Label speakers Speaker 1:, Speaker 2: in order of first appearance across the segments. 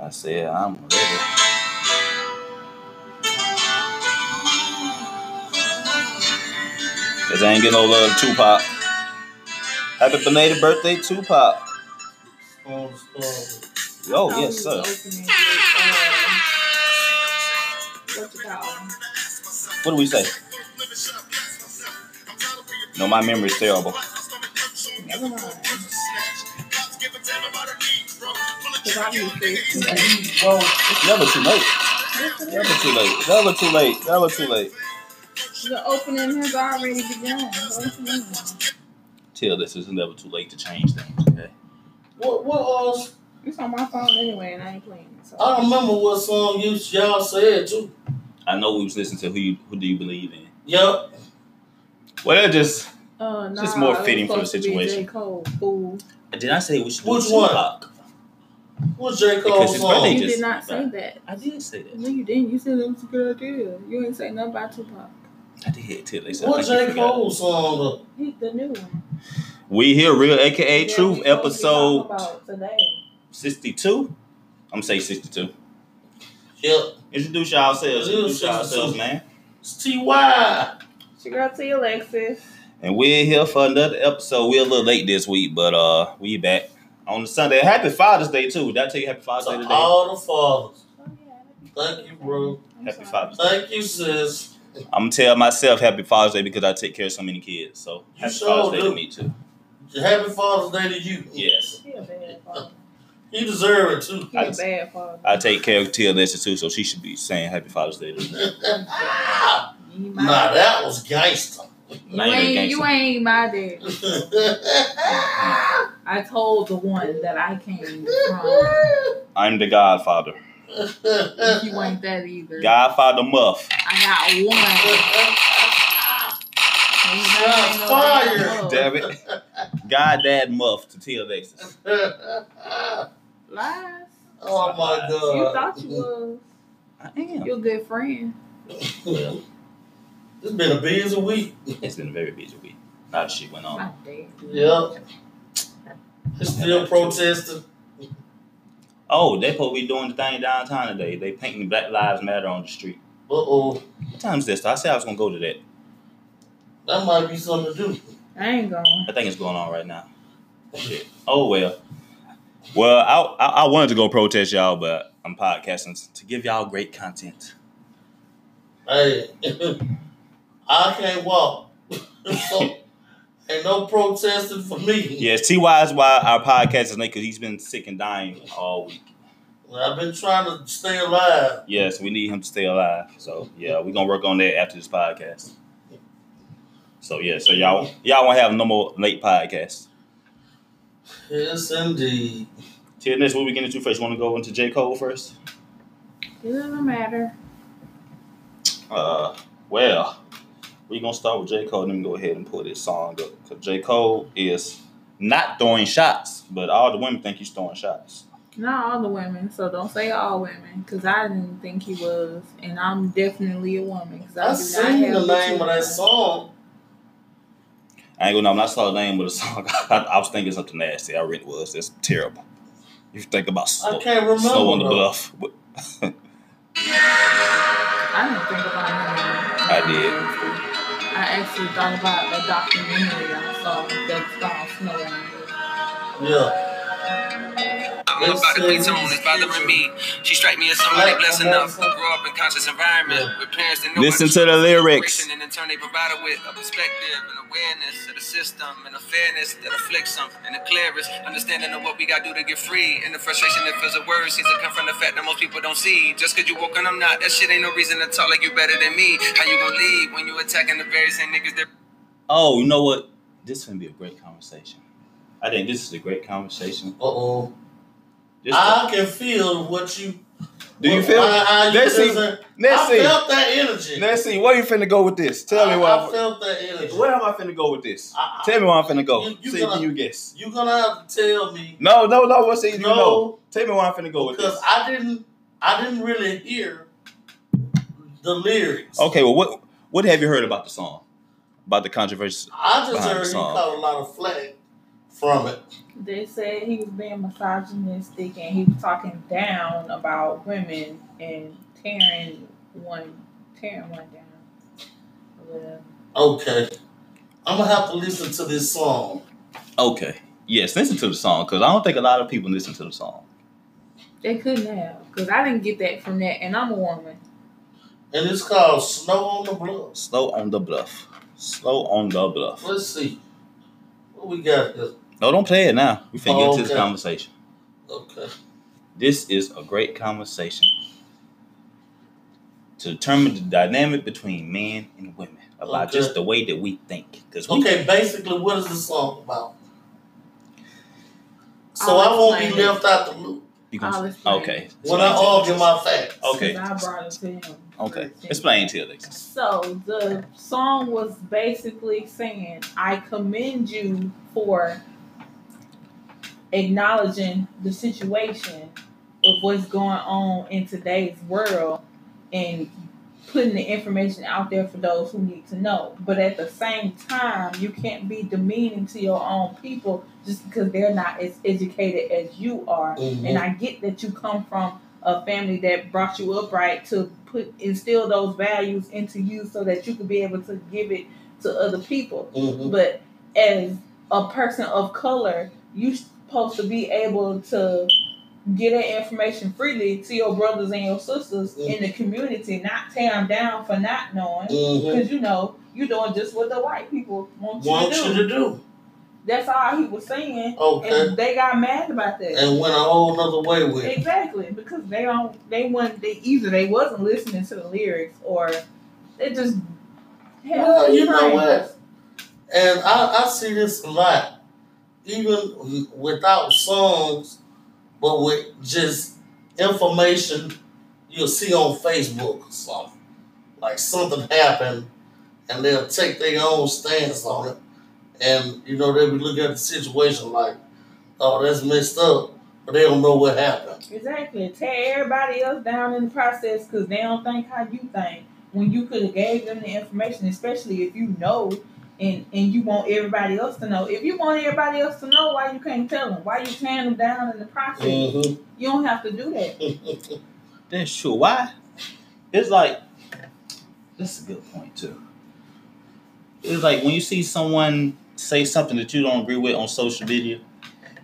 Speaker 1: I said, I'm ready. Cause I ain't getting no love, Tupac. Happy belated birthday, Tupac.
Speaker 2: Storm, storm.
Speaker 1: Yo,
Speaker 3: How
Speaker 1: Oh, yes,
Speaker 3: we
Speaker 1: sir.
Speaker 3: was opening with, uh, what you call 'em?
Speaker 1: What do we say? No, my memory's terrible.
Speaker 3: Never mind. Cause I'm used to it.
Speaker 2: Bro,
Speaker 1: It's never too late. Never too late. Never too late. Never too late.
Speaker 3: The opening has already begun. What you mean?
Speaker 1: Tell this it's never too late to change things, okay?
Speaker 2: what, what, uh,
Speaker 3: It's on my phone anyway, and I ain't playing it. So.
Speaker 2: I
Speaker 1: Um,
Speaker 2: don't remember what song you y'all said too.
Speaker 1: I know we was listening to who you, who do you believe in.
Speaker 2: Yup.
Speaker 1: Well, that just
Speaker 3: Uh, nah,
Speaker 1: Just more
Speaker 3: it was
Speaker 1: fitting for the
Speaker 3: supposed to be
Speaker 1: situation.
Speaker 3: J. Cole, fool.
Speaker 1: did I say we should do
Speaker 2: Which one?
Speaker 1: Tupac?
Speaker 2: What's J.
Speaker 1: Because
Speaker 2: Cole's
Speaker 1: his
Speaker 2: song?
Speaker 1: birthday-
Speaker 3: You
Speaker 1: just-
Speaker 3: did not say that.
Speaker 1: I did say
Speaker 3: No,
Speaker 1: that.
Speaker 3: you didn't. You said it was a good idea. You ain't say nothing about Tupac.
Speaker 1: I did tell they said.
Speaker 2: What's
Speaker 1: I think
Speaker 2: J.
Speaker 1: you forgot.
Speaker 2: Cole's song? though?
Speaker 3: He, the new one.
Speaker 1: We here, real aka
Speaker 3: That we
Speaker 1: Truth,
Speaker 3: supposed to be talking
Speaker 1: episode
Speaker 3: about today.
Speaker 1: sixty-two. I'm say sixty-two.
Speaker 2: Yep.
Speaker 1: Introduce yourselves. Introduce
Speaker 2: Introduce
Speaker 1: yourselves,
Speaker 2: yourselves.
Speaker 1: man.
Speaker 2: It's T.Y.
Speaker 3: She got T. Alexis.
Speaker 1: And we're here for another episode. We're a little late this week, but uh, we back on the Sunday. Happy Father's Day too. Did I tell you Happy Father's Day
Speaker 2: To
Speaker 1: today?
Speaker 2: all the fathers.
Speaker 3: Oh, yeah.
Speaker 2: Thank you, bro.
Speaker 3: I'm
Speaker 1: Happy
Speaker 3: sorry.
Speaker 1: Father's. Day.
Speaker 2: Thank you, sis.
Speaker 1: I'm gonna tell myself Happy Father's Day because I take care of so many kids. So
Speaker 2: You
Speaker 1: Happy
Speaker 2: sure
Speaker 1: Father's Day to
Speaker 2: do.
Speaker 1: me too.
Speaker 2: Happy Father's Day to you.
Speaker 1: Yes.
Speaker 3: He a bad
Speaker 2: Uh,
Speaker 3: father.
Speaker 2: You deserve it too.
Speaker 3: He a bad father.
Speaker 1: I take care of Tia Lester too, so she should be saying Happy Father's Day to me.
Speaker 2: Ah,
Speaker 3: You my-
Speaker 2: nah, that was gangster.
Speaker 3: you,
Speaker 1: Now you a
Speaker 3: ain't,
Speaker 1: gangster.
Speaker 3: you ain't my dad. I told the one that I came from.
Speaker 1: I'm the Godfather.
Speaker 3: You ain't that either.
Speaker 1: Godfather Muff.
Speaker 3: I got one. And you know I ain't no
Speaker 2: Uh, Shots
Speaker 3: damn
Speaker 2: fired.
Speaker 3: love.
Speaker 1: Damn it. God Dad Muff to Tia Lexus.
Speaker 3: Lies.
Speaker 2: oh my god.
Speaker 3: You thought you was.
Speaker 1: I am.
Speaker 3: You're a good friend.
Speaker 1: Well,
Speaker 2: It's been a busy week.
Speaker 1: it's been a very busy week. A lot of shit went on.
Speaker 3: My dad.
Speaker 2: Yep. It's still protesting.
Speaker 1: Oh, they supposed to be doing the thing downtown today. They painting Black Lives Matter on the street.
Speaker 2: Uh oh.
Speaker 1: What time is this? I said I was gonna go to that.
Speaker 2: That might be something to do.
Speaker 3: I ain't going.
Speaker 1: I think it's going on right now. Shit. Oh well. Well, I, I I wanted to go protest y'all, but I'm podcasting to give y'all great content.
Speaker 2: Hey, I can't walk. so, ain't no protesting for me.
Speaker 1: Yes, Ty is why our podcast is late because he's been sick and dying all week.
Speaker 2: I've been trying to stay alive.
Speaker 1: Yes, we need him to stay alive. So yeah, we're gonna work on that after this podcast. So yeah, so y'all y'all won't have no more late podcasts.
Speaker 2: Yes, indeed.
Speaker 1: Till next, what we getting into first? You want to go into J Cole first?
Speaker 3: It doesn't matter.
Speaker 1: Uh, well, we gonna start with J Cole. Let me go ahead and pull this song up because J Cole is not throwing shots, but all the women think he's throwing shots.
Speaker 3: Not all the women, so don't say all women, because I didn't think he was, and I'm definitely a woman. Cause I,
Speaker 2: I
Speaker 3: do
Speaker 2: seen
Speaker 3: not have
Speaker 2: the name of
Speaker 3: children.
Speaker 2: that song.
Speaker 1: I ain't gonna. know. When I saw the name of the song, I, I was thinking something nasty. I really was. That's terrible. If you think about
Speaker 2: I
Speaker 1: slow,
Speaker 2: can't remember.
Speaker 1: slow on the
Speaker 2: though.
Speaker 1: bluff,
Speaker 3: I didn't think about him.
Speaker 1: I did.
Speaker 3: I actually thought about a documentary I saw that's called Snow.
Speaker 2: Yeah.
Speaker 4: I'm about to play tune, it's bothering me. She strike me as something like blessed enough. I grew up in conscious environment with parents that know
Speaker 1: Listen
Speaker 4: about
Speaker 1: to the
Speaker 4: truth and
Speaker 1: lyrics.
Speaker 4: liberation, And in turn, they provided with a perspective and awareness of the system and a fairness that afflicts them. And the clearest understanding of what we gotta do to get free. And the frustration that fills the word seems to come from the fact that most people don't see. Just cause you woke and I'm not, that shit ain't no reason to talk like you better than me. How you gonna leave when you attacking the very same niggas that.
Speaker 1: Oh, you know what? This gonna be a great conversation. I think this is a great conversation.
Speaker 2: Uh oh.
Speaker 1: This
Speaker 2: I can feel what you.
Speaker 1: do you
Speaker 2: what-
Speaker 1: feel?
Speaker 2: why- how you
Speaker 1: Let's see.
Speaker 2: listen.
Speaker 1: Let's
Speaker 2: I
Speaker 1: see.
Speaker 2: felt that energy.
Speaker 1: Let's see. Where you finna go with this? Tell me
Speaker 2: I,
Speaker 1: where.
Speaker 2: I
Speaker 1: I'm,
Speaker 2: felt that energy.
Speaker 1: where am I finna go with this?
Speaker 2: I- I-
Speaker 1: Tell me where I'm finna go.
Speaker 2: You- you
Speaker 1: see
Speaker 2: gonna-
Speaker 1: if you guess.
Speaker 2: you gonna have to tell me
Speaker 1: No, no, no. What see you
Speaker 2: No.
Speaker 1: know? Tell me where I'm finna go with
Speaker 2: because
Speaker 1: this.
Speaker 2: I didn't. I didn't really hear the lyrics.
Speaker 1: Okay. Well, what what have you heard about the song? About the controversy?
Speaker 2: I just
Speaker 1: behind the
Speaker 2: heard he
Speaker 1: song.
Speaker 2: caught a lot of flack from it.
Speaker 3: They said he was being misogynistic and he was talking down about women and tearing one tearing one down. Well,
Speaker 2: Okay. I'm gonna have to listen to this song.
Speaker 1: Okay. Yes, listen to the song because I don't think a lot of people listen to the song.
Speaker 3: they couldn't have because I didn't get that from that, and I'm a woman.
Speaker 2: And it's called Snow on the Bluffs.
Speaker 1: Slow on the bluff. Slow on the bluff.
Speaker 2: Let's see. What we got here?
Speaker 1: No, don't play it now. We finna get to this
Speaker 2: Okay.
Speaker 1: conversation.
Speaker 2: Okay.
Speaker 1: This is a great conversation to determine the dynamic between men and women about
Speaker 2: Okay.
Speaker 1: just the way that we think. Because we
Speaker 2: Okay, basically, what is the song about? So
Speaker 3: I'll
Speaker 2: I won't be
Speaker 3: explain it.
Speaker 2: left out the loop
Speaker 1: you gonna-
Speaker 3: I'll explain.
Speaker 1: okay.
Speaker 2: when I argue my facts.
Speaker 1: Okay.
Speaker 3: 'Cause I brought it to him.
Speaker 1: Okay. Explain to them.
Speaker 3: So the song was basically saying, I commend you for acknowledging the situation of what's going on in today's world and putting the information out there for those who need to know. But at the same time, you can't be demeaning to your own people just because they're not as educated as you are.
Speaker 2: Mhm.
Speaker 3: And I get that you come from a family that brought you up right to put instill those values into you so that you could be able to give it to other people.
Speaker 2: Mhm.
Speaker 3: But as a person of color, you're supposed to be able to get that information freely to your brothers and your sisters in the community, not tear them down for not knowing.
Speaker 2: Mhm.
Speaker 3: Because you know, you're doing just what the white people want you
Speaker 2: Want
Speaker 3: to do.
Speaker 2: you to do.
Speaker 3: That's all he was saying.
Speaker 2: Okay.
Speaker 3: And they got mad about that.
Speaker 2: And went a whole nother way with it.
Speaker 3: Exactly, because they don't, they wasn't, they either they wasn't listening to the lyrics or they just. had
Speaker 2: Well, you know
Speaker 3: brains.
Speaker 2: what? And I, I see this a lot, even without songs, but with just information you'll see on Facebook or something. Like something happened, and they'll take their own stance on it. And, you know, they'll be looking at the situation like, oh, that's messed up, but they don't know what happened.
Speaker 3: Exactly, tear everybody else down in the process because they don't think how you think. When you could have gave them the information, especially if you know, and and you want everybody else to know. If you want everybody else to know, why you can't tell them? Why you tearing them down in the process?
Speaker 2: Mm-hmm.
Speaker 3: You don't have to do that.
Speaker 1: That's true. Why? It's like that's a good point too. It's like when you see someone say something that you don't agree with on social media.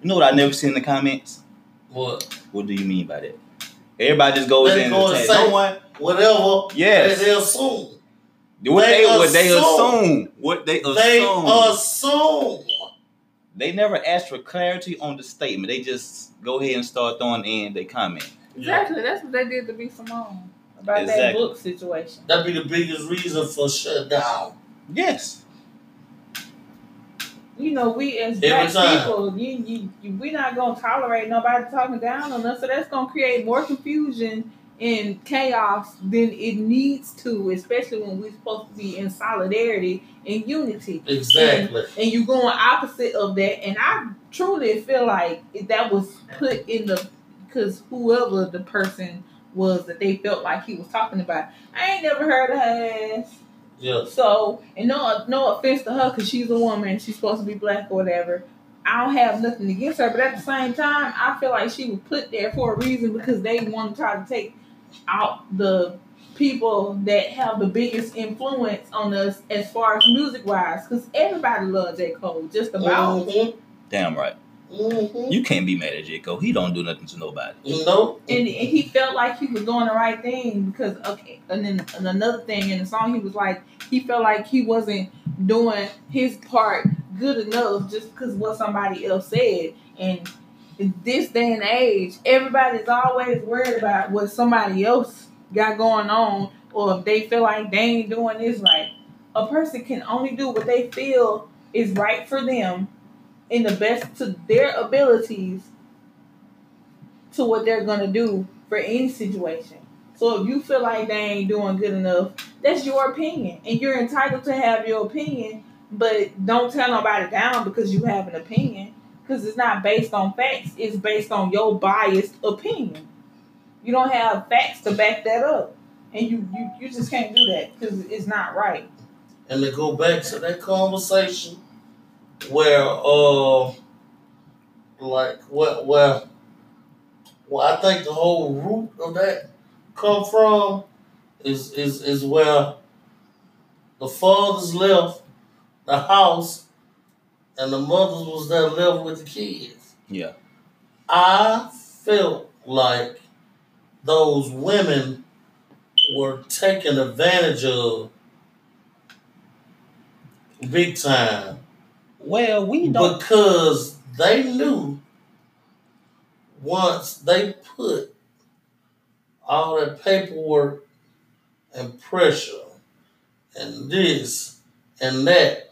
Speaker 1: You know what I never see in the comments?
Speaker 2: What?
Speaker 1: What do you mean by that? Everybody just goes
Speaker 2: They
Speaker 1: in
Speaker 2: go
Speaker 1: and
Speaker 2: and
Speaker 1: say,
Speaker 2: say-
Speaker 1: no one.
Speaker 2: Whatever that
Speaker 1: Yes.
Speaker 2: they assume.
Speaker 1: What they,
Speaker 2: they
Speaker 1: what they
Speaker 2: assume.
Speaker 1: assume. What they assume.
Speaker 2: They assume.
Speaker 1: They never ask for clarity on the statement. They just go ahead and start throwing in their comment.
Speaker 3: Exactly, that's what they did to B. Simone about that
Speaker 1: Exactly.
Speaker 3: book situation.
Speaker 2: That'd be the biggest reason for shutdown.
Speaker 1: Yes.
Speaker 3: you know, we as
Speaker 2: Every
Speaker 3: black
Speaker 2: time.
Speaker 3: people, you, you, you, we not gonna tolerate nobody talking down on us. So that's gonna create more confusion and chaos than it needs to, especially when we're supposed to be in solidarity and unity.
Speaker 2: Exactly.
Speaker 3: And you going opposite of that, and I truly feel like if that was put in the because whoever the person was that they felt like he was talking about, I ain't never heard of her ass.
Speaker 2: Yeah.
Speaker 3: So, and no, no offense to her, cause she's a woman, she's supposed to be black or whatever. I don't have nothing against her, but at the same time, I feel like she was put there for a reason because they want to try to take out the people that have the biggest influence on us as far as music wise. Cause everybody loves J Cole, just about.
Speaker 2: Mm-hmm.
Speaker 1: Damn right.
Speaker 2: Mm-hmm.
Speaker 1: You can't be mad at Jiko. He don't do nothing to nobody.
Speaker 2: You know?
Speaker 3: and, and he felt like he was doing the right thing because okay and then and another thing in the song he was like he felt like he wasn't doing his part good enough just because what somebody else said and in this day and age everybody's always worried about what somebody else got going on or if they feel like they ain't doing this right a person can only do what they feel is right for them in the best to their abilities to what they're gonna do for any situation. So if you feel like they ain't doing good enough, that's your opinion, and you're entitled to have your opinion. But don't tell nobody down because you have an opinion, because it's not based on facts. It's based on your biased opinion. You don't have facts to back that up, and you you, you just can't do that because it's not right.
Speaker 2: And to go back to that conversation where uh Like what? Well, well, I think the whole root of that come from is is is where the fathers left the house and the mothers was there left with the kids.
Speaker 1: Yeah.
Speaker 2: I felt like those women were taken advantage of big time
Speaker 1: Well, we don't.
Speaker 2: because they knew once they put all that paperwork and pressure and this and that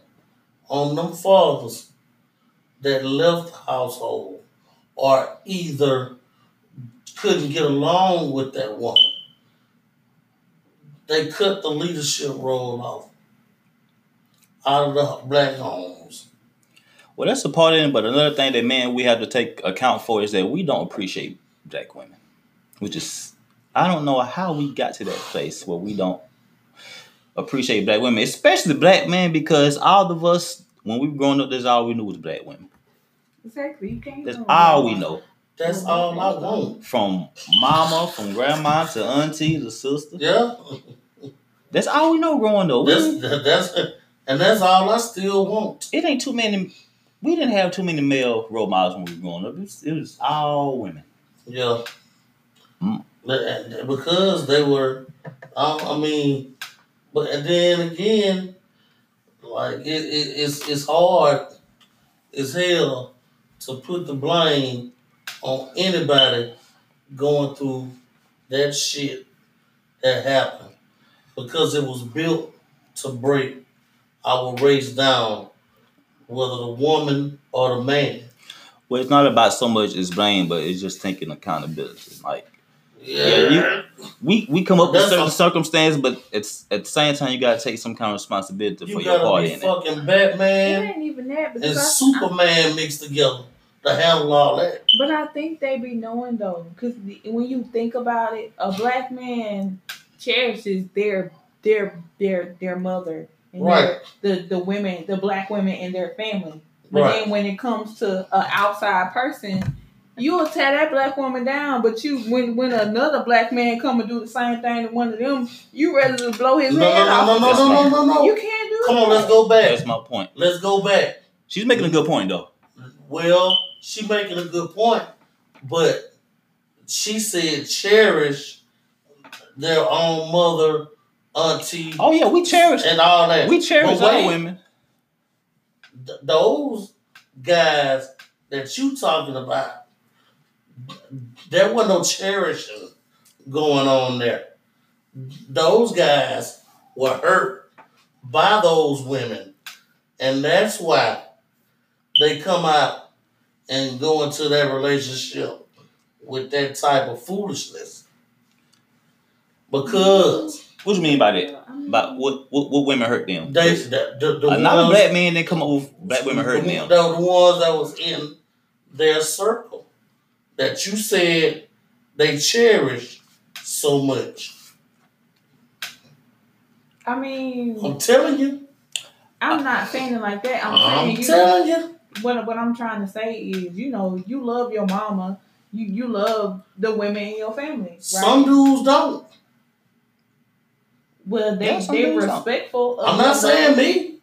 Speaker 2: on them fathers that left the household or either couldn't get along with that woman. They cut the leadership role off out of the black homes.
Speaker 1: well, that's a part of it. But another thing that man we have to take account for is that we don't appreciate black women, which is I don't know how we got to that place where we don't appreciate black women, especially black men, because all of us when we were growing up, that's all we knew was black women.
Speaker 3: Exactly. You can't.
Speaker 1: That's
Speaker 3: go
Speaker 1: all
Speaker 3: wrong.
Speaker 1: we know.
Speaker 2: That's all I want.
Speaker 1: From mama, from grandma to auntie to sister.
Speaker 2: Yeah,
Speaker 1: That's all we know growing up. We
Speaker 2: that's that's and that's all I still want.
Speaker 1: it ain't too many. We didn't have too many male role models when we were growing up. It was, it was all women.
Speaker 2: Yeah,
Speaker 1: Mm.
Speaker 2: But- and- because they were, I, I mean, but and then again, like it, it, it's it's hard as hell to put the blame on anybody going through that shit that happened because it was built to break our race down, whether the woman or the man.
Speaker 1: Well, it's not about so much as blame, but it's just taking accountability. Like Yeah, you- we we come up with
Speaker 2: That's
Speaker 1: certain
Speaker 2: a-
Speaker 1: circumstances, but it's at the same time you gotta take some kind of responsibility
Speaker 2: You
Speaker 1: for your part
Speaker 2: gotta be
Speaker 1: in it.
Speaker 2: fucking
Speaker 3: It
Speaker 2: Batman
Speaker 3: ain't even that
Speaker 2: and
Speaker 3: because I,
Speaker 2: Superman mixed together to handle all that.
Speaker 3: But I think they be knowing though, because when you think about it, a black man cherishes their their their their mother and
Speaker 2: Right.
Speaker 3: their, the the women, the black women in their family. But
Speaker 2: Right.
Speaker 3: then when it comes to an outside person, you'll tear that black woman down. But you, when when another black man come and do the same thing to one of them, you ready to blow his
Speaker 2: No,
Speaker 3: head
Speaker 2: no,
Speaker 3: off?
Speaker 2: no, no, no, no, no, no,
Speaker 3: You
Speaker 2: no.
Speaker 3: can't do
Speaker 2: Come
Speaker 3: that.
Speaker 2: on, let's go back.
Speaker 1: That's my point.
Speaker 2: Let's go back.
Speaker 1: She's making a good point though.
Speaker 2: Well, she making a good point, but she said cherish their own mother, auntie,
Speaker 1: Oh yeah, we cherish
Speaker 2: and all that.
Speaker 1: we cherish
Speaker 2: But wait,
Speaker 1: our women.
Speaker 2: th- those guys that you talking about, there was no cherishing going on there. Those guys were hurt by those women, and that's why they come out and go into that relationship with that type of foolishness. Because
Speaker 1: What you mean by that?
Speaker 3: I mean,
Speaker 1: By what what, what women hurt them?
Speaker 2: they, the, the, the
Speaker 1: Another
Speaker 2: ones-
Speaker 1: black man didn't come up with black women hurting them.
Speaker 2: The, the ones that was in their circle that you said they cherish so much.
Speaker 3: I mean,
Speaker 2: I'm telling you.
Speaker 3: I'm not saying it like that. I'm,
Speaker 2: I'm
Speaker 3: saying you.
Speaker 2: telling you.
Speaker 3: what what I'm trying to say is, you know, you love your mama, you you love the women in your family, right?
Speaker 2: Some dudes don't.
Speaker 3: well, they
Speaker 1: Yeah, some
Speaker 3: they're
Speaker 1: dudes don't.
Speaker 3: respectful. Of
Speaker 2: I'm not
Speaker 3: your-
Speaker 2: saying me.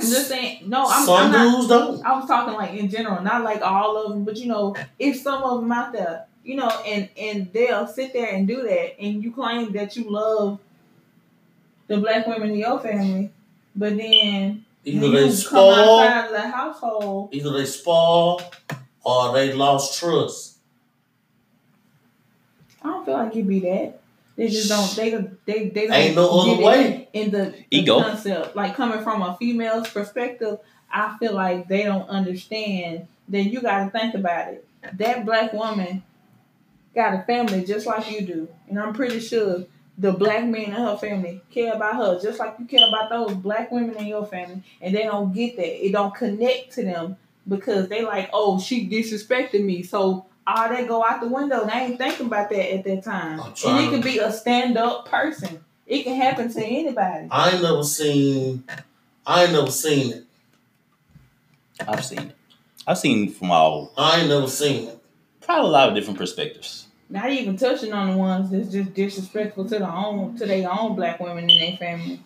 Speaker 3: I'm just saying. No, I'm,
Speaker 2: Some
Speaker 3: I'm not.
Speaker 2: dudes don't.
Speaker 3: I was talking like in general, not like all of them, but you know, if some of them out there, you know, and and they'll sit there and do that, and you claim that you love the black women in your family, but then
Speaker 2: Either
Speaker 3: when
Speaker 2: they
Speaker 3: you come
Speaker 2: spoil,
Speaker 3: outside of the household,
Speaker 2: either they spoil, or they lost trust.
Speaker 3: I don't feel like it be that. They just don't. They they they don't.
Speaker 2: Ain't no
Speaker 3: get
Speaker 2: other
Speaker 3: it
Speaker 2: way.
Speaker 3: in the, the
Speaker 1: Ego.
Speaker 3: concept. Like coming from a female's perspective, I feel like they don't understand. Then you got to think about it. That black woman got a family just like you do, and I'm pretty sure the black men in her family care about her just like you care about those black women in your family, and they don't get that. It don't connect to them because they like, oh, she disrespected me, so all that go out the window. And I ain't thinking about that at that time.
Speaker 2: I'm
Speaker 3: And
Speaker 2: trying
Speaker 3: it could be a stand up person. It can happen to anybody.
Speaker 2: I ain't never seen. I ain't never seen it.
Speaker 1: I've seen it. I've seen from all
Speaker 2: I ain't never seen it.
Speaker 1: probably a lot of different perspectives.
Speaker 3: Not even touching on the ones that's just disrespectful to the own to their own black women in their family,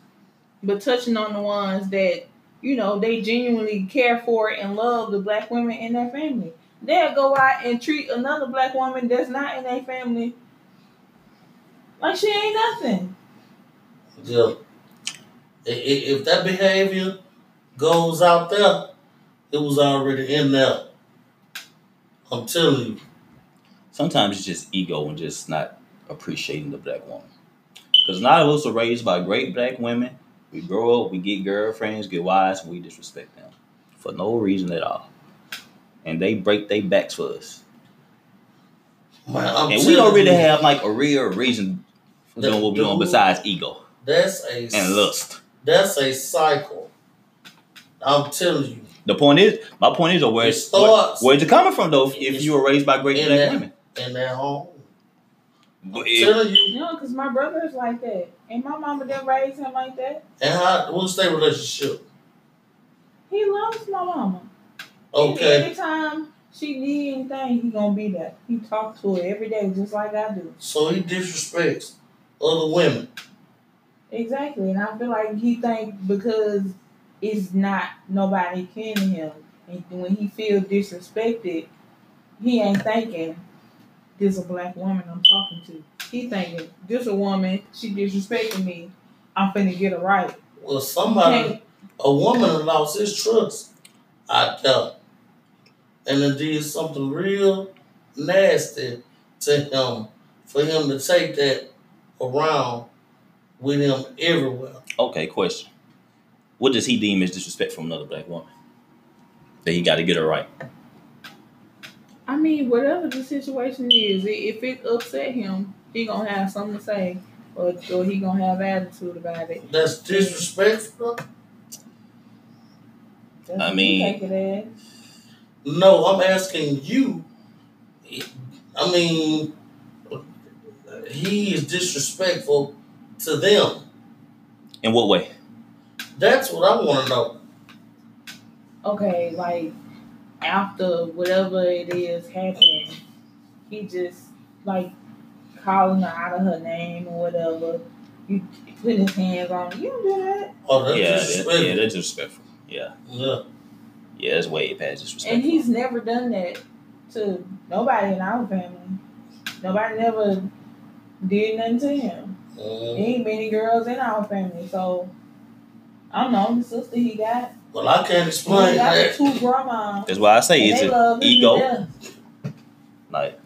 Speaker 3: but touching on the ones that you know they genuinely care for and love the black women in their family. They'll go out and treat another black woman that's not in their family like she ain't nothing.
Speaker 2: Yeah. I- i- If that behavior goes out there, it was already in there. I'm telling you.
Speaker 1: Sometimes it's just ego and just not appreciating the black woman. Because a lot of us are raised by great black women. We grow up, we get girlfriends, get wives, and we disrespect them for no reason at all. And they break their backs for us.
Speaker 2: Man, I'm
Speaker 1: And we don't
Speaker 2: telling
Speaker 1: really
Speaker 2: you,
Speaker 1: have like a real reason for doing what we're doing besides ego
Speaker 2: That's a
Speaker 1: and lust.
Speaker 2: That's a cycle. I'm telling you.
Speaker 1: The point is, my point is,
Speaker 2: It
Speaker 1: where's where,
Speaker 2: starts-
Speaker 1: where's it coming from though? If you were raised by great
Speaker 2: In
Speaker 1: black
Speaker 2: that-
Speaker 1: women,
Speaker 2: In that home. I'm
Speaker 1: But it-
Speaker 2: telling you.
Speaker 3: You know, because my brother is like that, and my mama didn't raise him like that.
Speaker 2: And how what's their relationship?
Speaker 3: He loves my mama. And
Speaker 2: Okay.
Speaker 3: anytime she need anything, he gonna be there. He talk to her every day, just like I do.
Speaker 2: So he disrespects other women.
Speaker 3: Exactly, and I feel like he think because it's not nobody kin to him, and when he feel disrespected, he ain't thinking this a black woman I'm talking to. He thinking this a woman she disrespecting me. I'm finna get her right.
Speaker 2: Well somebody a woman lost his trust out there. And it did something real nasty to him for him to take that around with him everywhere.
Speaker 1: okay, question: What does he deem as disrespect from another black woman? That he got to get her right.
Speaker 3: I mean, whatever the situation is, i- if it upset him, he gonna have something to say, or, or he gonna have attitude about it.
Speaker 2: That's disrespectful.
Speaker 3: That's
Speaker 1: I
Speaker 3: what you
Speaker 1: mean-
Speaker 3: take it as.
Speaker 2: No, I'm asking you. I mean, he is disrespectful to them.
Speaker 1: In what way?
Speaker 2: That's what I want to know.
Speaker 3: okay, like after whatever it is happened, he just like calling her out of her name or whatever. You putting his hands on her. You don't do that.
Speaker 2: Oh, that's
Speaker 1: yeah, that,
Speaker 2: disrespectful.
Speaker 1: yeah, that's disrespectful. Yeah,
Speaker 2: Yeah.
Speaker 1: yeah, that's way past disrespectful.
Speaker 3: And he's never done that to nobody in our family. Nobody never did nothing to him. There
Speaker 2: Mm.
Speaker 3: ain't many girls in our family, so I don't know, the sister he got.
Speaker 2: Well, I can't
Speaker 3: He
Speaker 2: explain
Speaker 3: got
Speaker 2: that.
Speaker 3: two grandmas.
Speaker 1: that's why I say
Speaker 3: and
Speaker 1: it's
Speaker 3: they
Speaker 1: an
Speaker 3: love him to
Speaker 1: ego.
Speaker 3: death.
Speaker 1: Like,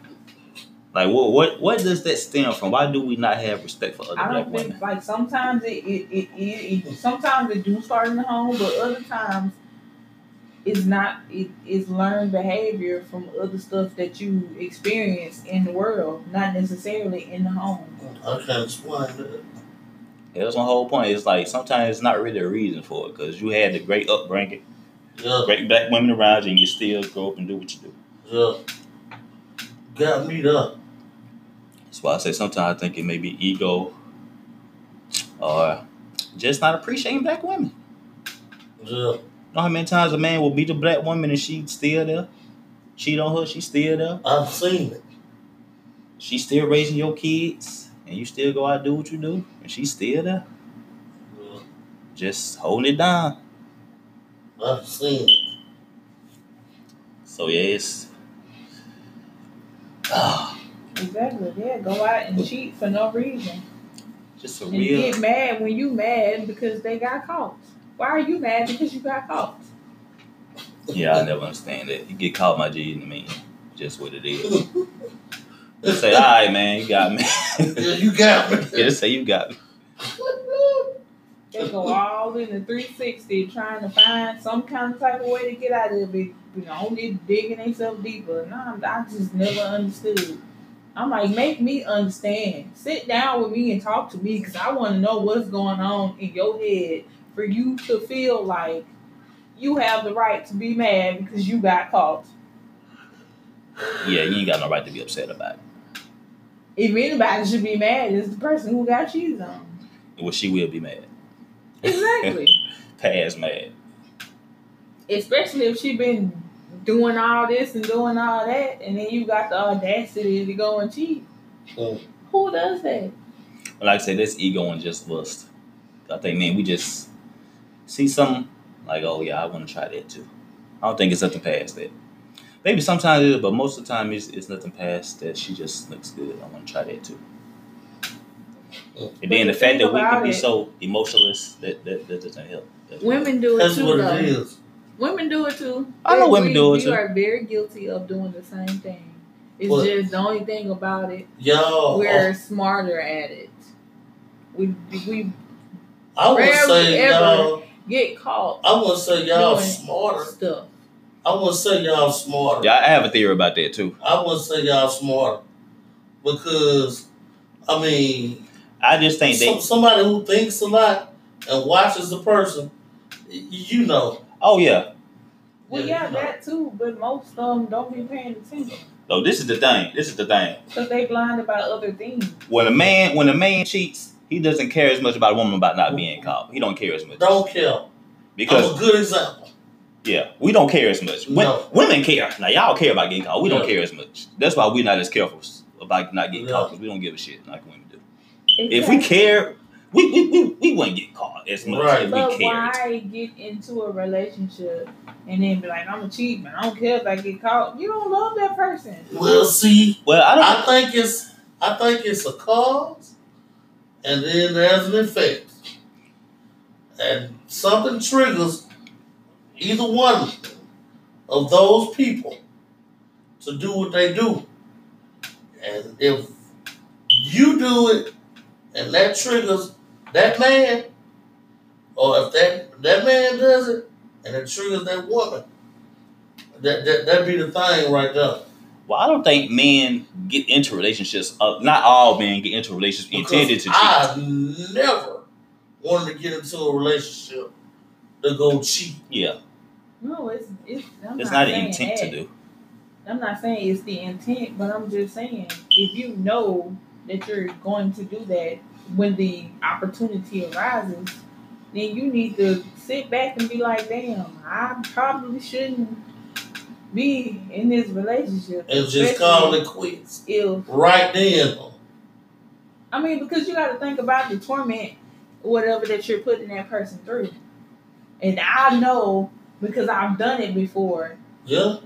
Speaker 1: like what, what, what does that stem from? Why do we not have respect for other black
Speaker 3: I don't
Speaker 1: women?
Speaker 3: think like sometimes it it, it, it, it sometimes it do start in the home, but other times it's not it is learned behavior from other stuff that you experience in the world, not necessarily in the home.
Speaker 2: I can't explain that.
Speaker 1: Yeah, that's my whole point. It's like sometimes it's not really a reason for it because you had the great upbringing,
Speaker 2: Yeah,
Speaker 1: great black women around you, and you still grow up and do what you do.
Speaker 2: yeah. Got me there.
Speaker 1: That's why I say sometimes I think it may be ego or just not appreciating black women.
Speaker 2: Yeah.
Speaker 1: You know how many times a man will beat a black woman and she's still there? Cheat on her, she's still there.
Speaker 2: I've seen it.
Speaker 1: She's still raising your kids and you still go out and do what you do and she's still there.
Speaker 2: Yeah.
Speaker 1: Just holding it down.
Speaker 2: I've seen it.
Speaker 1: So yeah, it's
Speaker 3: Exactly. Yeah, go out and cheat for no reason
Speaker 1: just a
Speaker 3: and
Speaker 1: real
Speaker 3: get mad when you mad because they got caught. Why are you mad because you got caught?
Speaker 1: Yeah, I never understand that. You get caught my G and I mean just what it is. Just say, all right man, you got me.
Speaker 2: Yeah, you got me.
Speaker 1: "Ah." yeah, just say you got me.
Speaker 3: They go all in the 360 trying to find some kind of type of way to get out of it, but only digging themselves deeper. Nah, I'm- I just never understood. I'm like, make me understand. Sit down with me and talk to me because I want to know what's going on in your head for you to feel like you have the right to be mad because you got caught.
Speaker 1: Yeah, you ain't got no right to be upset about it.
Speaker 3: If anybody should be mad, it's the person who got cheated on.
Speaker 1: Well she will be mad.
Speaker 3: Exactly.
Speaker 1: Past mad.
Speaker 3: especially if she been doing all this and doing all that, and then you got the audacity to go and cheat.
Speaker 2: Mm.
Speaker 3: Who does that?
Speaker 1: But like I said, that's ego and just lust. I think, man, we just see something like, oh yeah, I want to try that too. I don't think it's nothing past that. Maybe sometimes it is, but most of the time it's, it's nothing past that. She just looks good. I want to try that too. And then the fact that we can be so emotionless that that, that doesn't help. That's-
Speaker 3: Women do it
Speaker 2: That's
Speaker 3: too,
Speaker 2: what
Speaker 3: though.
Speaker 2: it is.
Speaker 3: Women do it too.
Speaker 1: I know
Speaker 3: They-
Speaker 1: women
Speaker 3: we-
Speaker 1: do it too.
Speaker 3: We are very guilty of doing the same thing. It's
Speaker 2: What? Oh,
Speaker 3: just the only thing about it,
Speaker 2: Y'all, uh,
Speaker 3: we're smarter at it. We we
Speaker 2: I would
Speaker 3: rarely
Speaker 2: say
Speaker 3: ever-
Speaker 2: y'all.
Speaker 3: get caught
Speaker 2: I would say y'all
Speaker 3: Doing.
Speaker 2: smarter.
Speaker 3: stuff.
Speaker 2: I would say y'all smarter.
Speaker 1: Yeah, I have a theory about that too.
Speaker 2: I would say y'all smarter because, I mean,
Speaker 1: I just think
Speaker 2: Some-
Speaker 1: they.
Speaker 2: somebody who thinks a lot and watches the person, y- you know.
Speaker 1: Oh yeah.
Speaker 3: Well,
Speaker 2: Yeah,
Speaker 3: yeah,
Speaker 2: you know.
Speaker 3: that too. But most of them don't be paying attention
Speaker 1: No, this is the thing. This is the thing.
Speaker 3: because they blinded by other things.
Speaker 1: When a man when a man cheats, he doesn't care as much about a woman about not being caught. He don't care as much
Speaker 2: Don't care.
Speaker 1: because
Speaker 2: I'm a good example.
Speaker 1: Yeah, we don't care as much. Wo-
Speaker 2: No.
Speaker 1: Women care. Now y'all care about getting caught. We
Speaker 2: Yeah.
Speaker 1: don't care as much. That's why we're not as careful s- about not getting
Speaker 2: Yeah.
Speaker 1: caught because we don't give a shit like women do. If we care, we we, we, we wouldn't get caught as much
Speaker 2: Right.
Speaker 1: if
Speaker 3: But
Speaker 1: we cared.
Speaker 3: why get into a relationship and then be like, I'm a cheat, man. I don't care if I get caught. You don't love that person.
Speaker 2: We'll see.
Speaker 1: Well, I don't.
Speaker 2: I think it's I think it's a cause, and then there's an effect, and something triggers either one of those people to do what they do, and if you do it, and that triggers that man, or if that that man does it, and it triggers that woman, that that that be the thing right there.
Speaker 1: well, I don't think men get into relationships. Uh, not all men get into relationships
Speaker 2: Because
Speaker 1: intended to cheat.
Speaker 2: I never wanted to get into a relationship to go cheat.
Speaker 1: yeah,
Speaker 3: No, it's it's. I'm
Speaker 1: it's not
Speaker 3: not,
Speaker 1: an
Speaker 3: saying
Speaker 1: intent
Speaker 3: that.
Speaker 1: to do.
Speaker 3: I'm not saying it's the intent, but I'm just saying if you know that you're going to do that when the opportunity arises, then you need to sit back and be like, damn, I probably shouldn't be in this relationship.
Speaker 2: And just
Speaker 3: Especially
Speaker 2: call it quits.
Speaker 3: If
Speaker 2: Right then.
Speaker 3: I mean, because you got to think about the torment, whatever that you're putting that person through. And I know because I've done it before,
Speaker 2: Yeah.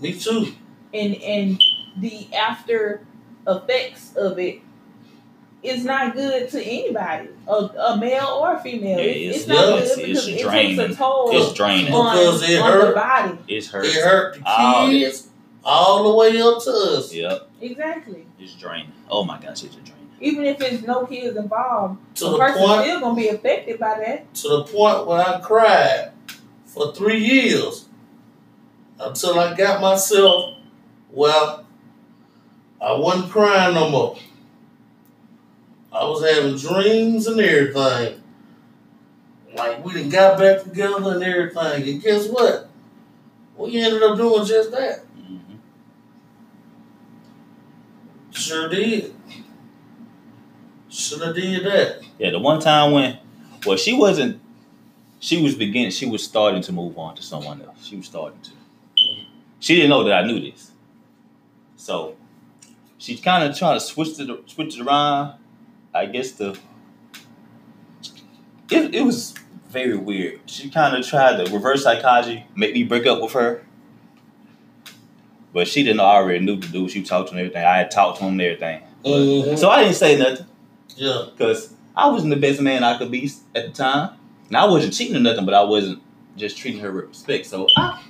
Speaker 2: Me too.
Speaker 3: and and the after effects of it is not good to anybody, a, a male or a female.
Speaker 1: Yeah, it's-
Speaker 3: it's, it's not
Speaker 2: yeah,
Speaker 1: it's-
Speaker 3: good
Speaker 1: it's
Speaker 3: because it takes
Speaker 1: draining.
Speaker 3: a toll
Speaker 1: It's draining.
Speaker 3: on,
Speaker 2: Because it
Speaker 3: on the
Speaker 2: hurt.
Speaker 3: body.
Speaker 1: It's hurt.
Speaker 2: It hurt the
Speaker 1: Oh,
Speaker 2: kids all the way up to us.
Speaker 1: Yep,
Speaker 3: Exactly.
Speaker 1: it's draining. Oh my gosh, it's a drain.
Speaker 3: Even if there's no kids involved,
Speaker 2: To
Speaker 3: the
Speaker 2: the
Speaker 3: person's
Speaker 2: point
Speaker 3: still gonna be affected by that.
Speaker 2: to the point where I cried for three years until I got myself well I wasn't crying no more. I was having dreams and everything. Like we done got back together and everything. And guess what? We ended up doing just that.
Speaker 1: hmm
Speaker 2: Sure did. Should have did that.
Speaker 1: Yeah, the one time when, well, she wasn't. She was beginning. She was starting to move on to someone else. She was starting to. She didn't know that I knew this, so she's kind of trying to switch it switch it around. I guess the. It, it was very weird. She kind of tried to reverse psychology, make me break up with her. But she didn't know I already knew the dude. She talked to him and everything. I had talked to him and everything.
Speaker 2: Mhm.
Speaker 1: So I didn't say nothing.
Speaker 2: Yeah.
Speaker 1: Because I wasn't the best man I could be at the time. And I wasn't cheating or nothing, but I wasn't just treating her with respect. So I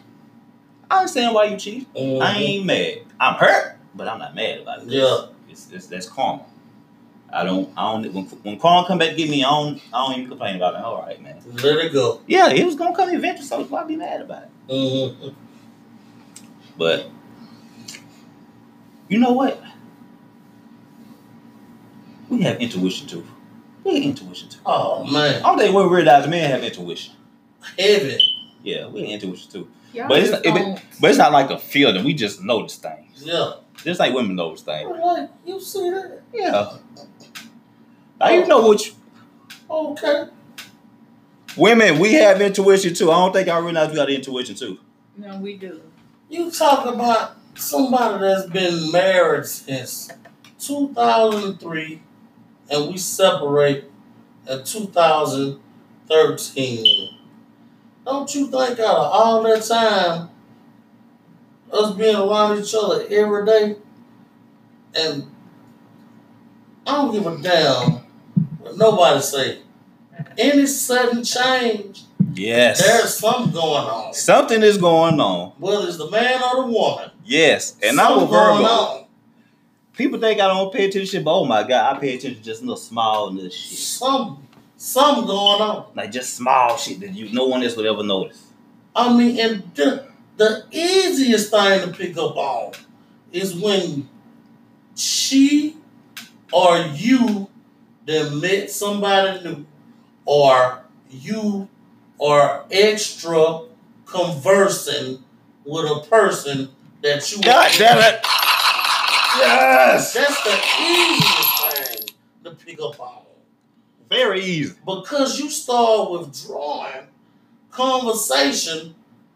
Speaker 1: I understand why you cheat. I ain't mad. I'm hurt, but I'm not mad about it.
Speaker 2: Mm-hmm. Yeah.
Speaker 1: It's, it's that's karma. I don't I don't when, when karma come back to get me, I don't I don't even complain about it. All right, man.
Speaker 2: Let it go.
Speaker 1: Yeah, it was gonna come eventually, so why be mad about it?
Speaker 2: Mhm.
Speaker 1: But you know what? We have intuition too. We have intuition too.
Speaker 2: Oh man.
Speaker 1: I don't think we realize men have intuition.
Speaker 2: Heaven.
Speaker 1: Yeah, we have intuition too.
Speaker 3: Y'all
Speaker 1: But it's
Speaker 3: just
Speaker 1: not- it-
Speaker 3: don't-
Speaker 1: But it's not like a feeling. We just know this thing.
Speaker 2: Yeah.
Speaker 1: Just like women know this
Speaker 3: Oh,
Speaker 1: thing.
Speaker 2: Like, you see that?
Speaker 1: Yeah. I you know which
Speaker 2: Okay.
Speaker 1: women we have intuition too. I don't think I realize we got intuition too.
Speaker 3: No, we do.
Speaker 2: You talk about somebody that's been married since 2003, and we separate in 2013. Don't you think out of all that time, us being around each other every day, and I don't give a damn what nobody say. Any sudden change,
Speaker 1: Yes.
Speaker 2: there's something going on.
Speaker 1: Something is going on.
Speaker 2: Whether it's the man or the woman.
Speaker 1: Yes. And I'm a
Speaker 2: something
Speaker 1: Virgo.
Speaker 2: going on.
Speaker 1: People think I don't pay attention, but oh my God, I pay attention to just little small little shit.
Speaker 2: Some something going on.
Speaker 1: Like just small shit that you no one else would ever notice.
Speaker 2: I mean, and the, the easiest thing to pick up on is when she or you then met somebody new, or you are extra conversing with a person that you
Speaker 1: it. Yes.
Speaker 2: That's the easiest thing to pick up on
Speaker 1: Very easy.
Speaker 2: because you start withdrawing conversation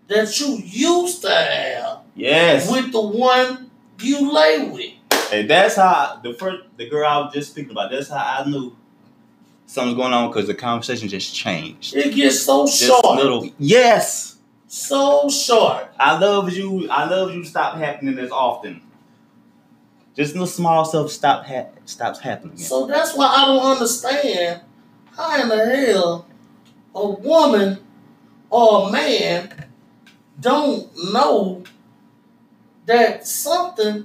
Speaker 2: that you used to have
Speaker 1: Yes.
Speaker 2: with the one you lay with.
Speaker 1: And that's how the first the girl I was just speaking about. That's how I knew something's going on because the conversation just changed.
Speaker 2: It gets so
Speaker 1: Just
Speaker 2: short,
Speaker 1: little. Yes,
Speaker 2: so short.
Speaker 1: I love you. I love you. Stop happening as often. Just little small stuff stop ha- stops happening.
Speaker 2: So that's why I don't understand how in the hell a woman or a man don't know that something